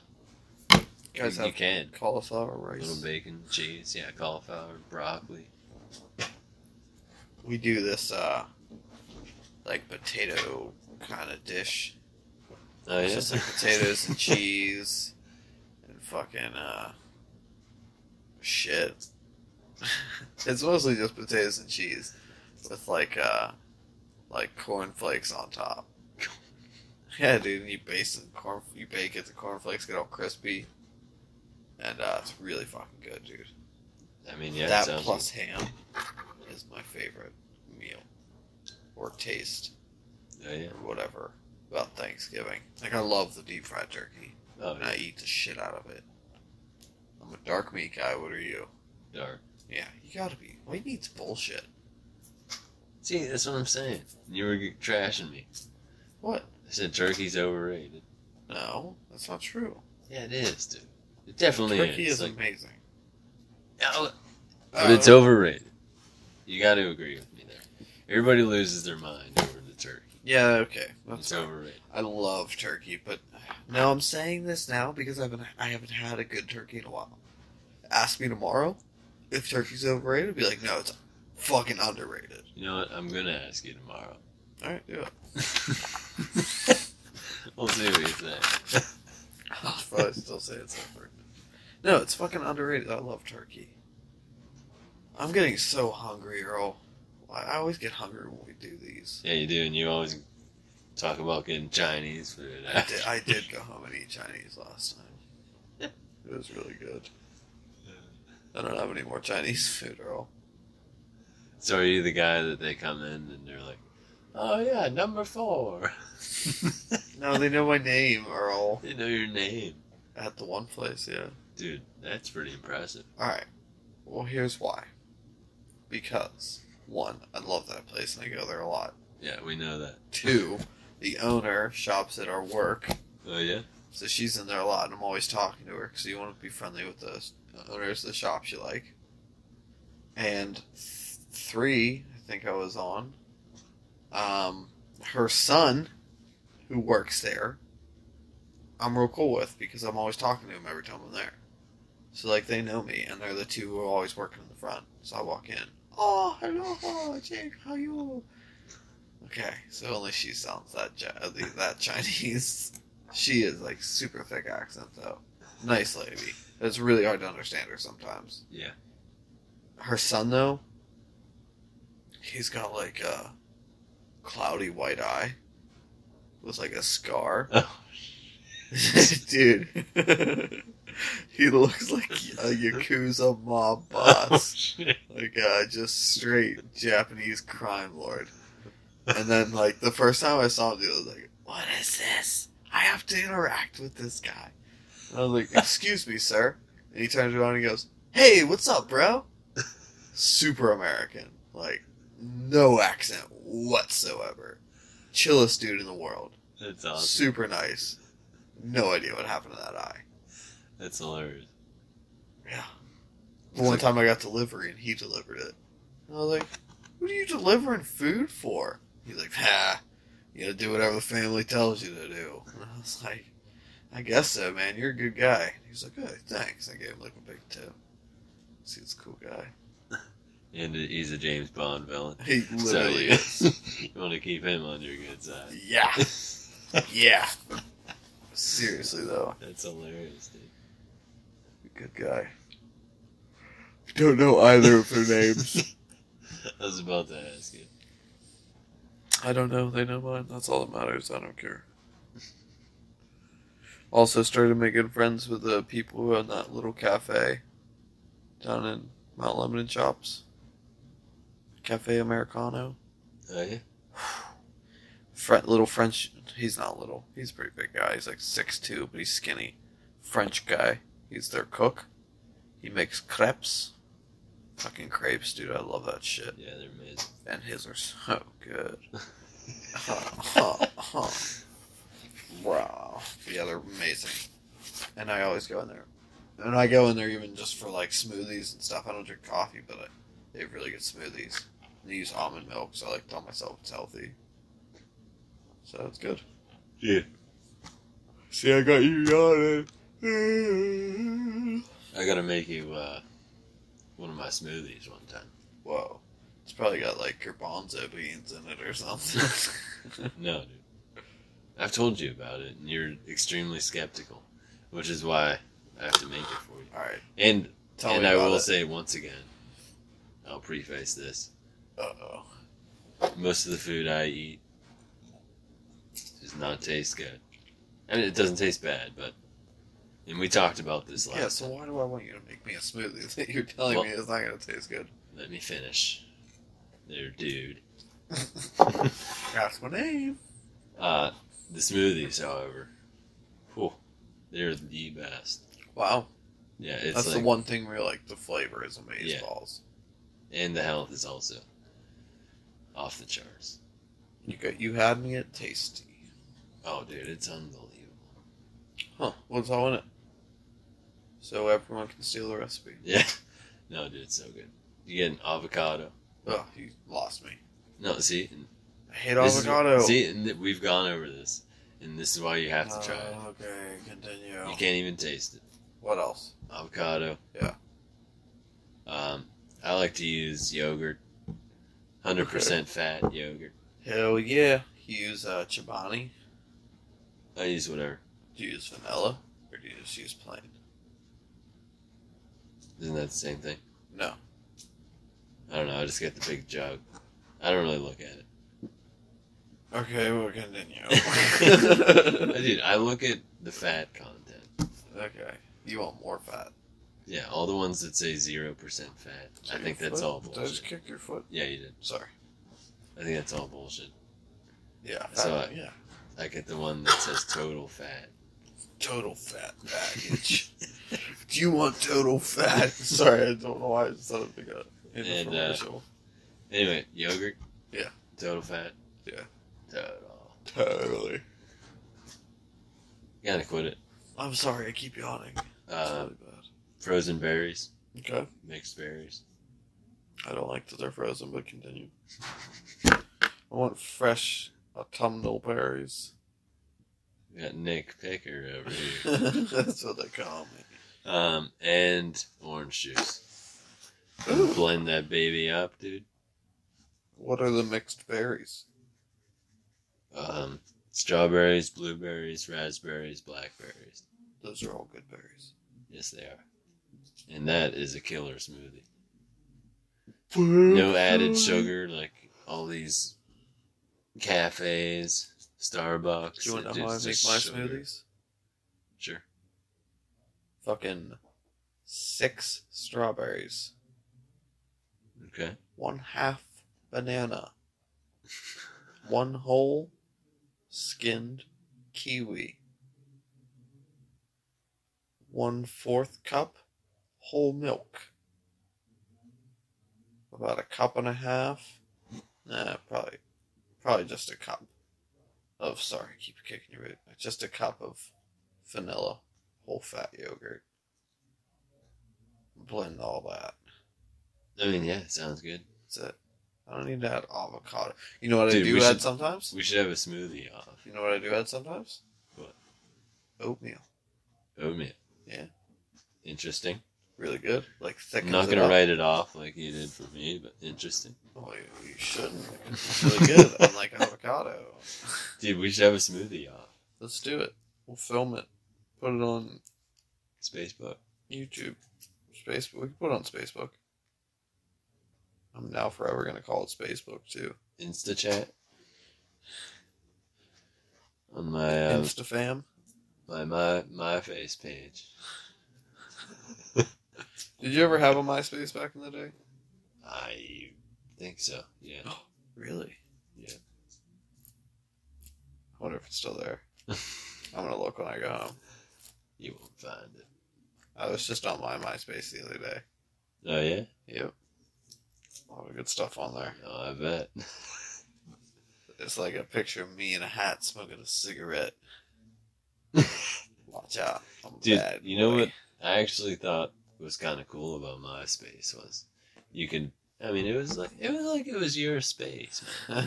Speaker 1: You guys
Speaker 2: you, you
Speaker 1: have
Speaker 2: can.
Speaker 1: cauliflower
Speaker 2: Little
Speaker 1: rice.
Speaker 2: bacon, cheese, yeah, cauliflower, broccoli.
Speaker 1: We do this uh, like potato kind of dish.
Speaker 2: Oh,
Speaker 1: It's just
Speaker 2: (laughs)
Speaker 1: like potatoes and cheese and fucking uh, shit. (laughs) it's mostly just potatoes and cheese with like uh, like cornflakes on top. (laughs) Yeah, dude, and you baste it in corn, you bake it, the cornflakes get all crispy, and uh, it's really fucking good, dude.
Speaker 2: I mean, yeah, it
Speaker 1: that
Speaker 2: sounds
Speaker 1: plus ham is my favorite meal or taste
Speaker 2: good. Oh, yeah.
Speaker 1: or whatever about Thanksgiving. Like I love the deep fried turkey
Speaker 2: Oh,
Speaker 1: and
Speaker 2: yeah.
Speaker 1: I eat the shit out of it. I'm a dark meat guy. What are you?
Speaker 2: Dark.
Speaker 1: Yeah, you gotta be. White meat's bullshit.
Speaker 2: See, that's what I'm saying. You were trashing me.
Speaker 1: What?
Speaker 2: I said turkey's overrated.
Speaker 1: No, that's not true.
Speaker 2: Yeah, it is, dude. It definitely
Speaker 1: turkey
Speaker 2: is.
Speaker 1: is
Speaker 2: like,
Speaker 1: amazing.
Speaker 2: no, but it's
Speaker 1: Uh,
Speaker 2: overrated. You got to agree with me there. Everybody loses their mind over the turkey.
Speaker 1: yeah, okay.
Speaker 2: It's
Speaker 1: That's over.
Speaker 2: overrated.
Speaker 1: I love turkey, but now I'm saying this now because I haven't I haven't had a good turkey in a while. Ask me tomorrow. if turkey's overrated, be like, no, it's fucking underrated.
Speaker 2: You know what? I'm gonna ask
Speaker 1: (laughs)
Speaker 2: you tomorrow. (laughs)
Speaker 1: All right, do it.
Speaker 2: we'll see what you say.
Speaker 1: But I still say it's overrated. No, it's fucking underrated. I love turkey. I'm getting so hungry, Earl. I I always get hungry when we do these.
Speaker 2: Yeah, you do, and you always talk about getting Chinese food.
Speaker 1: I did, I did go home and eat Chinese last time. It was really good. I don't have any more Chinese food, Earl.
Speaker 2: (laughs) So are you the guy that they come in and they're like, "Oh yeah,
Speaker 1: (laughs)
Speaker 2: number four.
Speaker 1: No, they know my name, Earl.
Speaker 2: they know your name,
Speaker 1: At the one place, yeah.
Speaker 2: dude. That's pretty impressive.
Speaker 1: Alright. Well, here's why. Because, one, I love that place and I go there a lot.
Speaker 2: Yeah, we know that.
Speaker 1: Two, the owner shops at our work,
Speaker 2: Oh yeah,
Speaker 1: so she's in there a lot and I'm always talking to her, so you want to be friendly with the s- owners of the shops you like. And th- three, I think I was on, um, her son, who works there, I'm real cool with because I'm always talking to him every time I'm there. So like they know me, and they're the two who are always working in the front. So I walk in. Oh, hello, Jake. How you? Okay, so only she sounds that Chi- uh, the- that Chinese. She is like super thick accent though. Nice lady. It's really hard to understand her sometimes. (laughs)
Speaker 2: Yeah.
Speaker 1: Her son though, he's got like a cloudy white eye with like a scar. (laughs) Dude, (laughs) he looks like a Yakuza mob
Speaker 2: (laughs) oh
Speaker 1: boss.
Speaker 2: shit.
Speaker 1: Like, uh, just straight Japanese crime lord. And then, like, the first time I saw him, dude, I was like, what is this? I have to interact with this guy. And I was like, excuse me, sir. And he turns around and he goes, hey, what's up, bro? Super American. Like, no accent whatsoever. Chillest dude in the world.
Speaker 2: That's awesome.
Speaker 1: Super nice. No idea what happened to that eye.
Speaker 2: That's hilarious.
Speaker 1: Yeah. The one time I got delivery and he delivered it. And I was like, What are you delivering food for? He's like, Ha, you gotta do whatever the family tells you to do. And I was like, I guess so, man. You're a good guy. He's like, Hey, thanks. I gave him like a big tip. See, it's a cool guy. (laughs)
Speaker 2: And he's a James Bond villain.
Speaker 1: He literally
Speaker 2: so
Speaker 1: is.
Speaker 2: you, (laughs) you want to keep him on your good side. (laughs)
Speaker 1: Yeah. Yeah. Seriously, though.
Speaker 2: That's hilarious,
Speaker 1: Good
Speaker 2: dude.
Speaker 1: guy. Don't know either of their names.
Speaker 2: (laughs) I was about to ask you.
Speaker 1: I don't know. They know mine. That's all that matters. I don't care. Also, started making friends with the people who own that little cafe down in Mount Lebanon Shops. Cafe Americano.
Speaker 2: Oh yeah.
Speaker 1: Fre- little French. He's not little. He's a pretty big guy. He's like 6'2, but he's skinny. French guy. He's their cook. He makes crepes. Fucking crepes, dude. I love that shit.
Speaker 2: Yeah, they're amazing.
Speaker 1: And his are so (laughs) good. Wow. Yeah, they're amazing. And I always go in there. And I go in there even just for like smoothies and stuff. I don't drink coffee, but I, they have really good smoothies. And they use almond milk, so I like tell myself it's healthy. So it's good.
Speaker 2: Yeah.
Speaker 1: See, I got you yawning.
Speaker 2: I gotta make you uh, one of my smoothies one time.
Speaker 1: Whoa. It's probably got like garbanzo beans in it or something. (laughs)
Speaker 2: No, dude. I've told you about it, and you're extremely skeptical, which is why I have to make it for you.
Speaker 1: Alright,
Speaker 2: And
Speaker 1: tell
Speaker 2: and
Speaker 1: me
Speaker 2: I
Speaker 1: about
Speaker 2: will
Speaker 1: it.
Speaker 2: say once again, I'll preface this:
Speaker 1: Uh oh.
Speaker 2: most of the food I eat does not taste good. I mean, it doesn't taste bad, but and we talked about this last.
Speaker 1: Yeah, so why do I want you to make me a smoothie (laughs) that you're telling
Speaker 2: Well-
Speaker 1: me it's not going to taste good?
Speaker 2: Let me finish. There, dude.
Speaker 1: That's my name.
Speaker 2: Uh, the smoothies, however, whew, they're the best.
Speaker 1: Wow.
Speaker 2: Yeah, it's
Speaker 1: That's
Speaker 2: like,
Speaker 1: the one thing where like the flavor is amazing
Speaker 2: Yeah.
Speaker 1: balls.
Speaker 2: and the health is also off the charts.
Speaker 1: You got you had me at tasty.
Speaker 2: Oh, dude, it's unbelievable. (laughs)
Speaker 1: Huh. What's all in it? So everyone can steal the recipe.
Speaker 2: Yeah, no, dude, it's so good. You get an avocado.
Speaker 1: Oh, you lost me.
Speaker 2: No, see, and
Speaker 1: I hate
Speaker 2: this is-
Speaker 1: avocado.
Speaker 2: see, and th- we've gone over this, and this is why you have to try it.
Speaker 1: Oh, Okay, continue.
Speaker 2: You can't even taste it.
Speaker 1: What else?
Speaker 2: Avocado.
Speaker 1: Yeah.
Speaker 2: Um, I like to use yogurt, hundred percent fat yogurt.
Speaker 1: Hell yeah. You use uh, Chobani?
Speaker 2: I use whatever.
Speaker 1: Do you use vanilla? Or do you just use plain?
Speaker 2: Isn't that the same thing?
Speaker 1: No.
Speaker 2: I don't know. I just get the big jug. I don't really look at it.
Speaker 1: Okay, we'll
Speaker 2: (laughs)
Speaker 1: continue. (laughs)
Speaker 2: Dude, I look at the fat content.
Speaker 1: okay. You want more fat.
Speaker 2: Yeah, all the ones that say zero percent fat. I think that's all
Speaker 1: Did I just
Speaker 2: bullshit.
Speaker 1: kick your foot?
Speaker 2: Yeah, you did.
Speaker 1: Sorry.
Speaker 2: I think that's all bullshit.
Speaker 1: Yeah. Fat,
Speaker 2: So, uh,
Speaker 1: yeah.
Speaker 2: I get the one that says total fat.
Speaker 1: Total fat package. (laughs) do you want total fat? (laughs) Sorry, I don't know why I just thought it'd be good.
Speaker 2: And, uh, Anyway, yogurt.
Speaker 1: Yeah.
Speaker 2: Total fat.
Speaker 1: Yeah.
Speaker 2: Total.
Speaker 1: Totally.
Speaker 2: You gotta quit it.
Speaker 1: I'm sorry, I keep yawning. It's
Speaker 2: Uh,
Speaker 1: really bad.
Speaker 2: frozen berries,
Speaker 1: Okay.
Speaker 2: mixed berries.
Speaker 1: I don't like that they're frozen, but continue. I want fresh autumnal berries. (laughs)
Speaker 2: We got Nick Picker over here.
Speaker 1: That's what they call me.
Speaker 2: Um, and orange juice.
Speaker 1: Ooh.
Speaker 2: Blend that baby up, dude.
Speaker 1: What are the mixed berries?
Speaker 2: Um, strawberries, blueberries, raspberries, blackberries.
Speaker 1: Those are all good berries.
Speaker 2: Yes, they are. And that is a killer smoothie.
Speaker 1: Mm-hmm.
Speaker 2: No added sugar, like all these cafes, Starbucks.
Speaker 1: Do you want to
Speaker 2: that
Speaker 1: know how I
Speaker 2: just-
Speaker 1: make my
Speaker 2: just sugar.
Speaker 1: smoothies?
Speaker 2: Sure.
Speaker 1: Fucking six strawberries,
Speaker 2: Okay.
Speaker 1: one half banana, one whole skinned kiwi, one fourth cup whole milk, about a cup and a half. Nah, probably, probably just a cup of. Sorry, I keep kicking your boot. Just a cup of vanilla, whole fat yogurt. Blend all that.
Speaker 2: I mean, yeah, it sounds good.
Speaker 1: That's it. I don't need to add avocado. You know what
Speaker 2: Dude,
Speaker 1: I do
Speaker 2: we
Speaker 1: add
Speaker 2: should-
Speaker 1: sometimes?
Speaker 2: We should have a smoothie off.
Speaker 1: You know what I do add sometimes?
Speaker 2: What?
Speaker 1: Oatmeal.
Speaker 2: Oatmeal.
Speaker 1: Yeah.
Speaker 2: Oh, Interesting.
Speaker 1: Really good. Like thick.
Speaker 2: I'm not gonna write it off like you did for me, but interesting.
Speaker 1: Well, Oh, you, you shouldn't. It's really good. I like avocado.
Speaker 2: Dude, we should have a smoothie off.
Speaker 1: Let's do it. We'll film it. Put it on
Speaker 2: Spacebook.
Speaker 1: YouTube. Facebook. We can put it on Facebook. I'm now forever gonna call it Spacebook too.
Speaker 2: Instachat. On my uh,
Speaker 1: Instafam.
Speaker 2: my my my face page.
Speaker 1: Did you ever have a MySpace back in the day?
Speaker 2: I think so. Yeah.
Speaker 1: Really?
Speaker 2: Yeah.
Speaker 1: I wonder if it's still
Speaker 2: (laughs)
Speaker 1: there. I'm gonna look when I go home.
Speaker 2: You won't find it.
Speaker 1: I was just on my MySpace the other day.
Speaker 2: Oh yeah?
Speaker 1: Yep. A lot of good stuff on there.
Speaker 2: Oh I bet. (laughs)
Speaker 1: It's like a picture of me in a hat smoking a
Speaker 2: (laughs)
Speaker 1: cigarette. Watch out. I'm
Speaker 2: Dude,
Speaker 1: bad
Speaker 2: you know
Speaker 1: boy.
Speaker 2: what I actually thought was kinda cool about MySpace was you could I mean it was like it was like it was your space, man.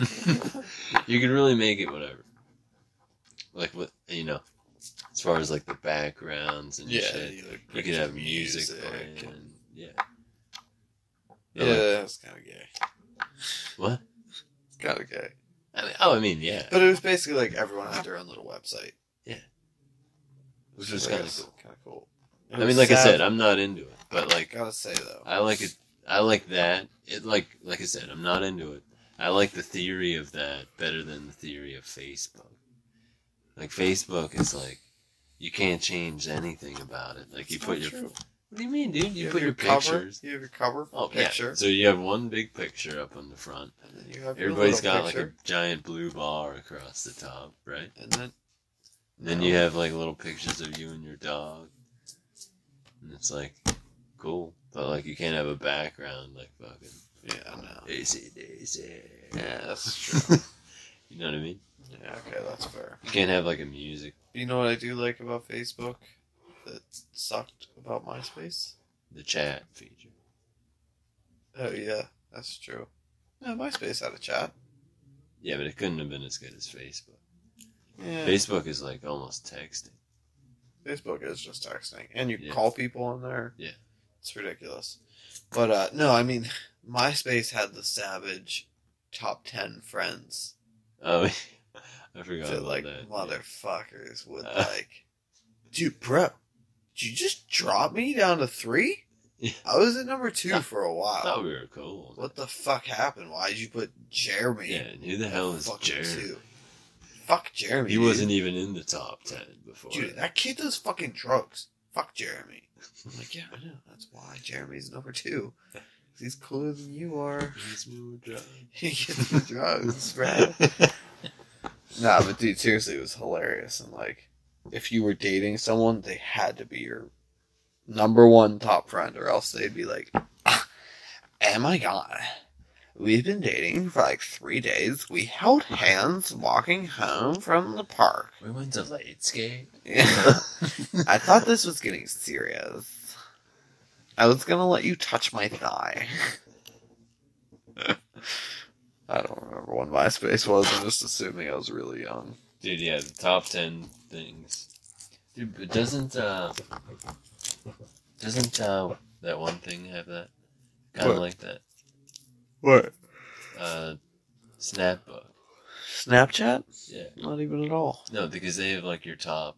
Speaker 1: (laughs)
Speaker 2: you could really make it whatever. Like what you know, as far as like the backgrounds and
Speaker 1: Yeah,
Speaker 2: shit.
Speaker 1: you,
Speaker 2: You
Speaker 1: look
Speaker 2: could have
Speaker 1: at
Speaker 2: music, playing.
Speaker 1: and-
Speaker 2: and- yeah.
Speaker 1: Yeah,
Speaker 2: Like,
Speaker 1: that's kind of gay.
Speaker 2: what?
Speaker 1: It's kind of gay.
Speaker 2: I mean, oh, I mean, yeah.
Speaker 1: But it was basically like everyone had their own little website,
Speaker 2: Which was kind of
Speaker 1: of
Speaker 2: cool.
Speaker 1: Kind of cool. It
Speaker 2: I
Speaker 1: was
Speaker 2: mean, like I
Speaker 1: sad,
Speaker 2: said, I'm not into it, but like
Speaker 1: gotta say though,
Speaker 2: I like it. I like that. It like like I said, I'm not into it. I like the theory of that better than the theory of Facebook. Like Facebook is like you can't change anything about it. Like you
Speaker 1: It's
Speaker 2: put
Speaker 1: not
Speaker 2: your
Speaker 1: true.
Speaker 2: what do you mean, dude? You, put your,
Speaker 1: cover,
Speaker 2: pictures.
Speaker 1: You have your cover
Speaker 2: Oh,
Speaker 1: picture.
Speaker 2: yeah. So you have one big picture up on the front.
Speaker 1: And then you have your
Speaker 2: Everybody's
Speaker 1: little
Speaker 2: got like
Speaker 1: picture,
Speaker 2: a giant blue bar across the top, right?
Speaker 1: and then
Speaker 2: And then you have like little pictures of you and your dog. And it's like cool. But like you can't have a background like fucking
Speaker 1: yeah, I know.
Speaker 2: Daisy Daisy.
Speaker 1: Yeah,
Speaker 2: (laughs)
Speaker 1: that's true.
Speaker 2: You know what I mean?
Speaker 1: yeah, okay, that's fair.
Speaker 2: You can't have like a music
Speaker 1: You know what I do like about Facebook that sucked about MySpace?
Speaker 2: the chat feature.
Speaker 1: Oh yeah, that's true. Yeah, MySpace had a chat.
Speaker 2: Yeah, but it couldn't have been as good as Facebook.
Speaker 1: Yeah.
Speaker 2: Facebook is like almost texting.
Speaker 1: Facebook is just texting, and you
Speaker 2: Yeah.
Speaker 1: call people on there.
Speaker 2: Yeah.
Speaker 1: It's ridiculous. But uh no, I mean (laughs) MySpace had the savage top ten friends
Speaker 2: Oh, (laughs) I forgot
Speaker 1: that
Speaker 2: about
Speaker 1: like
Speaker 2: that.
Speaker 1: motherfuckers would
Speaker 2: Uh. (laughs)
Speaker 1: like Dude bro, did you just drop me down to three?
Speaker 2: Yeah.
Speaker 1: I was at number two
Speaker 2: No.
Speaker 1: for a
Speaker 2: I
Speaker 1: while.
Speaker 2: thought we were cool.
Speaker 1: What the fuck happened? Why did you put Jeremy?
Speaker 2: yeah, and who the hell is
Speaker 1: fucking
Speaker 2: Jared?
Speaker 1: two? Fuck Jeremy.
Speaker 2: He
Speaker 1: dude.
Speaker 2: wasn't even in the top ten before.
Speaker 1: Dude, that kid does fucking drugs. Fuck Jeremy. I'm like, yeah, I know. That's why Jeremy's number
Speaker 2: (laughs)
Speaker 1: two. 'Cause He's cooler than you are. (laughs)
Speaker 2: He's more drunk.
Speaker 1: He gets the drugs,
Speaker 2: (laughs)
Speaker 1: right? Nah, but dude, seriously, it was hilarious. And like, if you were dating someone, they had to be your number one top friend, or else they'd be like, "Ah, "Oh my god, we've been dating for like three days. We held hands walking home from the park. (laughs)
Speaker 2: we went to Ladescape.
Speaker 1: I thought this was getting serious. I was gonna let you touch my thigh." (laughs) I don't remember when MySpace was. I'm just assuming I was really young.
Speaker 2: Dude, yeah, the top ten things. Dude, but doesn't uh doesn't uh that one thing have that? Kinda
Speaker 1: What?
Speaker 2: like that.
Speaker 1: What?
Speaker 2: Uh Snapbook.
Speaker 1: Snapchat?
Speaker 2: Yeah.
Speaker 1: Not even at all.
Speaker 2: No, because they have like your top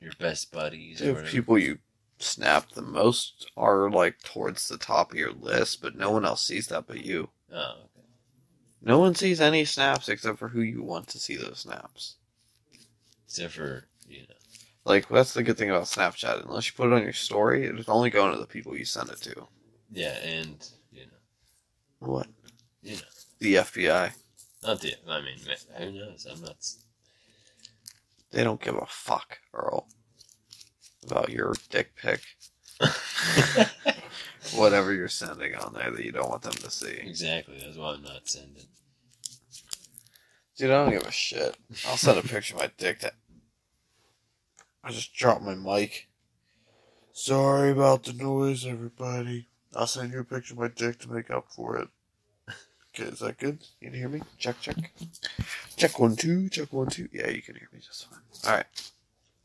Speaker 2: your best buddies or
Speaker 1: The
Speaker 2: whatever.
Speaker 1: people you snap the most are like towards the top of your list, but no one else sees that but you.
Speaker 2: Oh, okay.
Speaker 1: No one sees any snaps except for who you want to see those snaps.
Speaker 2: Except for you know.
Speaker 1: Like that's the good thing about Snapchat. Unless you put it on your story, it's only going to the people you send it to.
Speaker 2: Yeah, and you know.
Speaker 1: What?
Speaker 2: You know.
Speaker 1: The FBI.
Speaker 2: Not the I mean ma- who knows? I'm not
Speaker 1: (laughs)
Speaker 2: s-
Speaker 1: They don't give a fuck, Earl. About your dick pic. Whatever you're sending on there that you don't want them to see.
Speaker 2: Exactly, that's why I'm not sending.
Speaker 1: Dude, I don't give a shit. I'll send a picture of my dick to. I just dropped my mic. Sorry about the noise, everybody. I'll send you a picture of my dick to make up for it. Okay, is that good? You can hear me? Check, check. Check one, two, check one, two. Yeah, you can hear me just fine. Alright.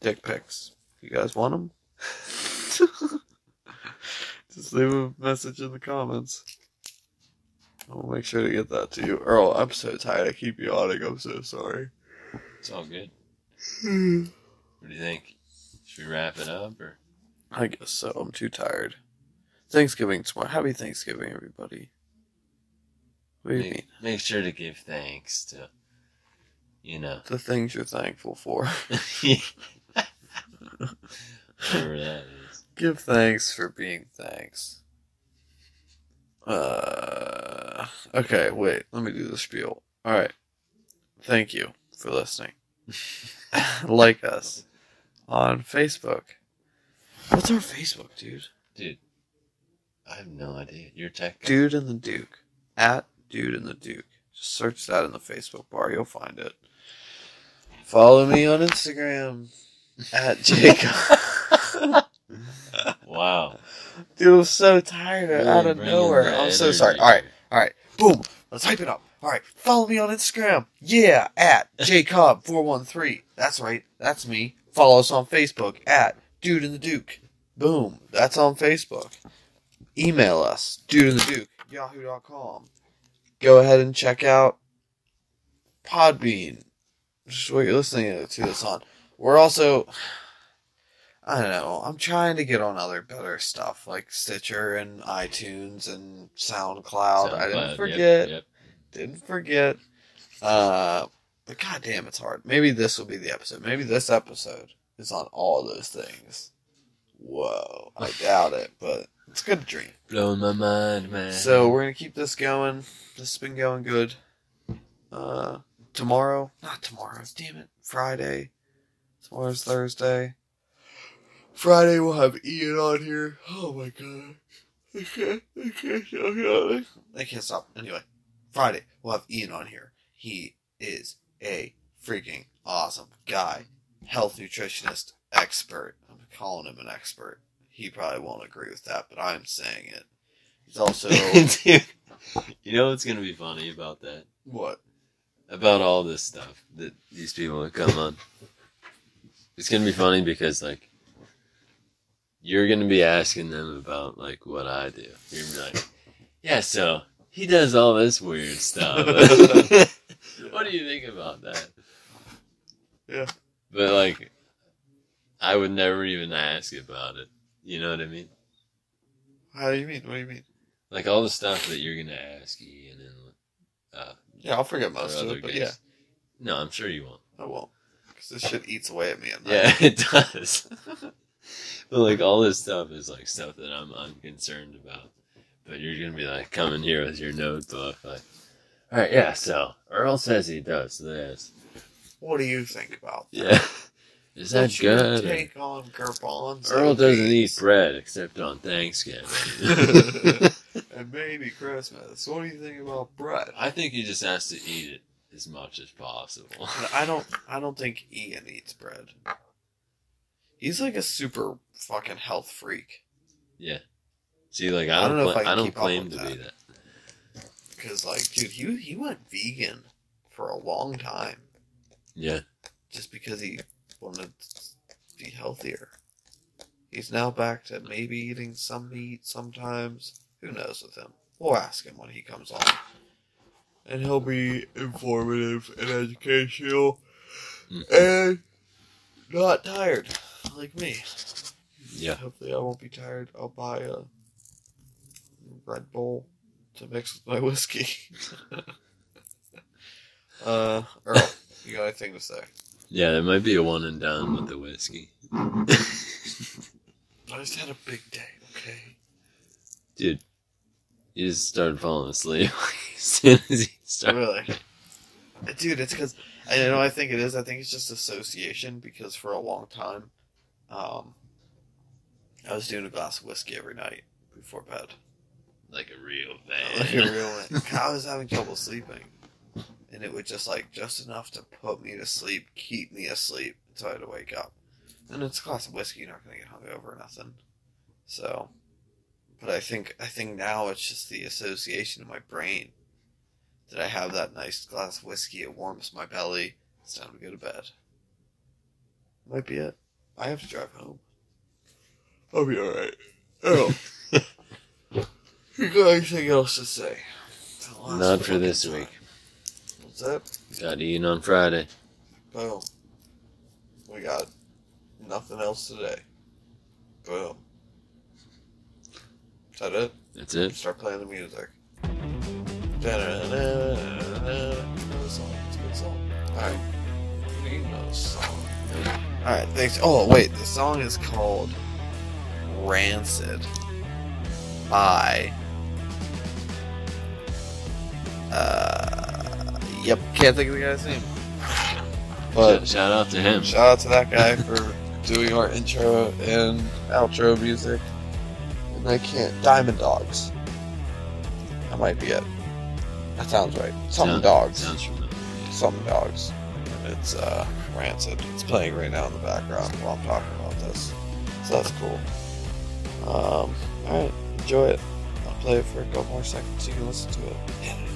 Speaker 1: Dick pics. You guys want them? (laughs) just leave a message in the comments. I'll make sure to get that to you. Earl, I'm so tired. I keep yawning. I'm so sorry.
Speaker 2: It's all good.
Speaker 1: Mm.
Speaker 2: What do you think? Should we wrap it up or
Speaker 1: I guess so. I'm too tired. Thanksgiving tomorrow. Happy Thanksgiving, everybody. What do you mean?
Speaker 2: make, make sure to give thanks to you know (laughs)
Speaker 1: The things you're thankful for. (laughs)
Speaker 2: whatever that is.
Speaker 1: Give thanks for being thanks. Uh, okay, wait. Let me do the spiel. All right. Thank you for listening. (laughs) like us on Facebook. What's our Facebook, dude?
Speaker 2: Dude, I have no idea. You're a tech guy.
Speaker 1: Dude and the Duke. At Dude and the Duke. Just search that in the Facebook bar. You'll find it. Follow me on Instagram. At Jacob.
Speaker 2: Wow.
Speaker 1: Dude, I'm so tired
Speaker 2: Really
Speaker 1: out of
Speaker 2: bringing the
Speaker 1: nowhere. I'm so
Speaker 2: energy.
Speaker 1: sorry. All right. All right. Boom. Let's hype it up. All right. Follow me on Instagram. Yeah. At
Speaker 2: (laughs)
Speaker 1: Jacob413. That's right. That's me. Follow us on Facebook at Dude and the Duke. Boom. That's on Facebook. Email us, Dude and the Duke, yahoo.com. Go ahead and check out Podbean. Just what you're listening to this on. We're also I don't know. I'm trying to get on other better stuff like Stitcher and iTunes and SoundCloud. I
Speaker 2: SoundCloud,
Speaker 1: didn't
Speaker 2: yep,
Speaker 1: forget.
Speaker 2: yep.
Speaker 1: Didn't forget. Uh, but goddamn, it's hard. Maybe this will be the episode. Maybe this episode is on all those things. Whoa, I doubt it, but it's a good dream.
Speaker 2: Blowing my mind, man.
Speaker 1: So we're gonna keep this going. This has been going good. Uh, tomorrow, not tomorrow. Damn it, Friday. Tomorrow's Thursday. Friday we'll have Ian on here. Oh my god, I can't, I can't stop yawning. I can't stop. Anyway, Friday we'll have Ian on here. He is a freaking awesome guy, health nutritionist expert. I'm calling him an expert. He probably won't agree with that, but I'm saying it. He's
Speaker 2: (laughs)
Speaker 1: also
Speaker 2: (laughs) Dude, you know what's gonna be funny about that?
Speaker 1: what.
Speaker 2: About all this stuff that these people have come on. It's gonna be funny because like you're gonna be asking them about like what I do. You're gonna be like, yeah, so he does all this
Speaker 1: (laughs)
Speaker 2: weird stuff. what do you think about that?
Speaker 1: Yeah.
Speaker 2: But like, I would never even ask about it. You know what I mean?
Speaker 1: How do you mean? What do you mean?
Speaker 2: Like all the stuff that you're gonna ask Ian and uh,
Speaker 1: Yeah, I'll forget
Speaker 2: our
Speaker 1: most of
Speaker 2: other
Speaker 1: it, but
Speaker 2: guests. No, I'm sure you won't.
Speaker 1: yeah, I won't. Because this shit eats away at me at night.
Speaker 2: Yeah, (laughs) it does. but like all this stuff is like stuff that I'm unconcerned about. But you're gonna be like coming here with your notebook, like, all right, yeah. So Earl says he does this.
Speaker 1: What do you think about that?
Speaker 2: Yeah, (laughs) is that
Speaker 1: What's your
Speaker 2: good? Or-
Speaker 1: Take on Gerbon's
Speaker 2: Earl doesn't eat
Speaker 1: cookies?
Speaker 2: bread except on Thanksgiving. (laughs)
Speaker 1: And maybe Christmas. What do you think about bread?
Speaker 2: I think he just has to eat it as much as possible.
Speaker 1: But I don't. I don't think Ian eats bread. He's like a super fucking health freak.
Speaker 2: (laughs) See, like I
Speaker 1: I
Speaker 2: don't,
Speaker 1: don't know if
Speaker 2: pla-
Speaker 1: I can
Speaker 2: I don't
Speaker 1: keep up
Speaker 2: claim to
Speaker 1: with
Speaker 2: be that.
Speaker 1: Cause like, dude, he he went vegan for a long time
Speaker 2: Yeah,
Speaker 1: just because he wanted to be healthier. He's now back to maybe eating some meat sometimes. Who knows with him? We'll ask him when he comes on, and he'll be informative and educational
Speaker 2: Mhm.
Speaker 1: and not tired like me.
Speaker 2: yeah.
Speaker 1: Hopefully, I won't be tired. I'll buy a Red Bull to mix with my (laughs) whiskey. uh, Earl, you got anything to say?
Speaker 2: Yeah, there might be a one and done with the whiskey.
Speaker 1: I just had a big day, okay?
Speaker 2: Dude, he just started falling asleep (laughs) as soon as he started.
Speaker 1: Really? Dude, it's because, I you know I think it is. I think it's just association because for a long time, um, I was doing a glass of whiskey every night before bed.
Speaker 2: Like a real
Speaker 1: Like a
Speaker 2: man.
Speaker 1: real one. I was having trouble sleeping. And it would just like just enough to put me to sleep, keep me asleep until I had to wake up. And it's a glass of whiskey, you're not gonna get hungover or nothing. So but I think I think now it's just the association in my brain that I have that nice glass of whiskey, it warms my belly, it's time to go to bed. Might be it. I have to drive home. I'll be alright.
Speaker 2: (laughs)
Speaker 1: Oh. you got anything else to say? The last
Speaker 2: (laughs) Not for this
Speaker 1: fucking
Speaker 2: week.
Speaker 1: time. What's up?
Speaker 2: Got Ian on Friday.
Speaker 1: Boom. We got nothing else today. Boom. Is that it?
Speaker 2: That's it.
Speaker 1: Start playing the music. Good song. It's a good song. Alright. We know this song. Alright, thanks. Oh, wait. The song is called Rancid by. Uh, yep, can't think of the guy's name. But
Speaker 2: Shout, shout out to him.
Speaker 1: Shout out to that guy for doing our intro and outro music. And I can't. Diamond Dogs. That might be it. That sounds right. Something
Speaker 2: Sound-
Speaker 1: Dogs.
Speaker 2: Sounds familiar. yes.
Speaker 1: Something Dogs. And it's uh, Rancid. It's playing right now in the background while I'm talking about this. So that's cool. Um, Alright, enjoy it. I'll play it for a couple more seconds so you can listen to it.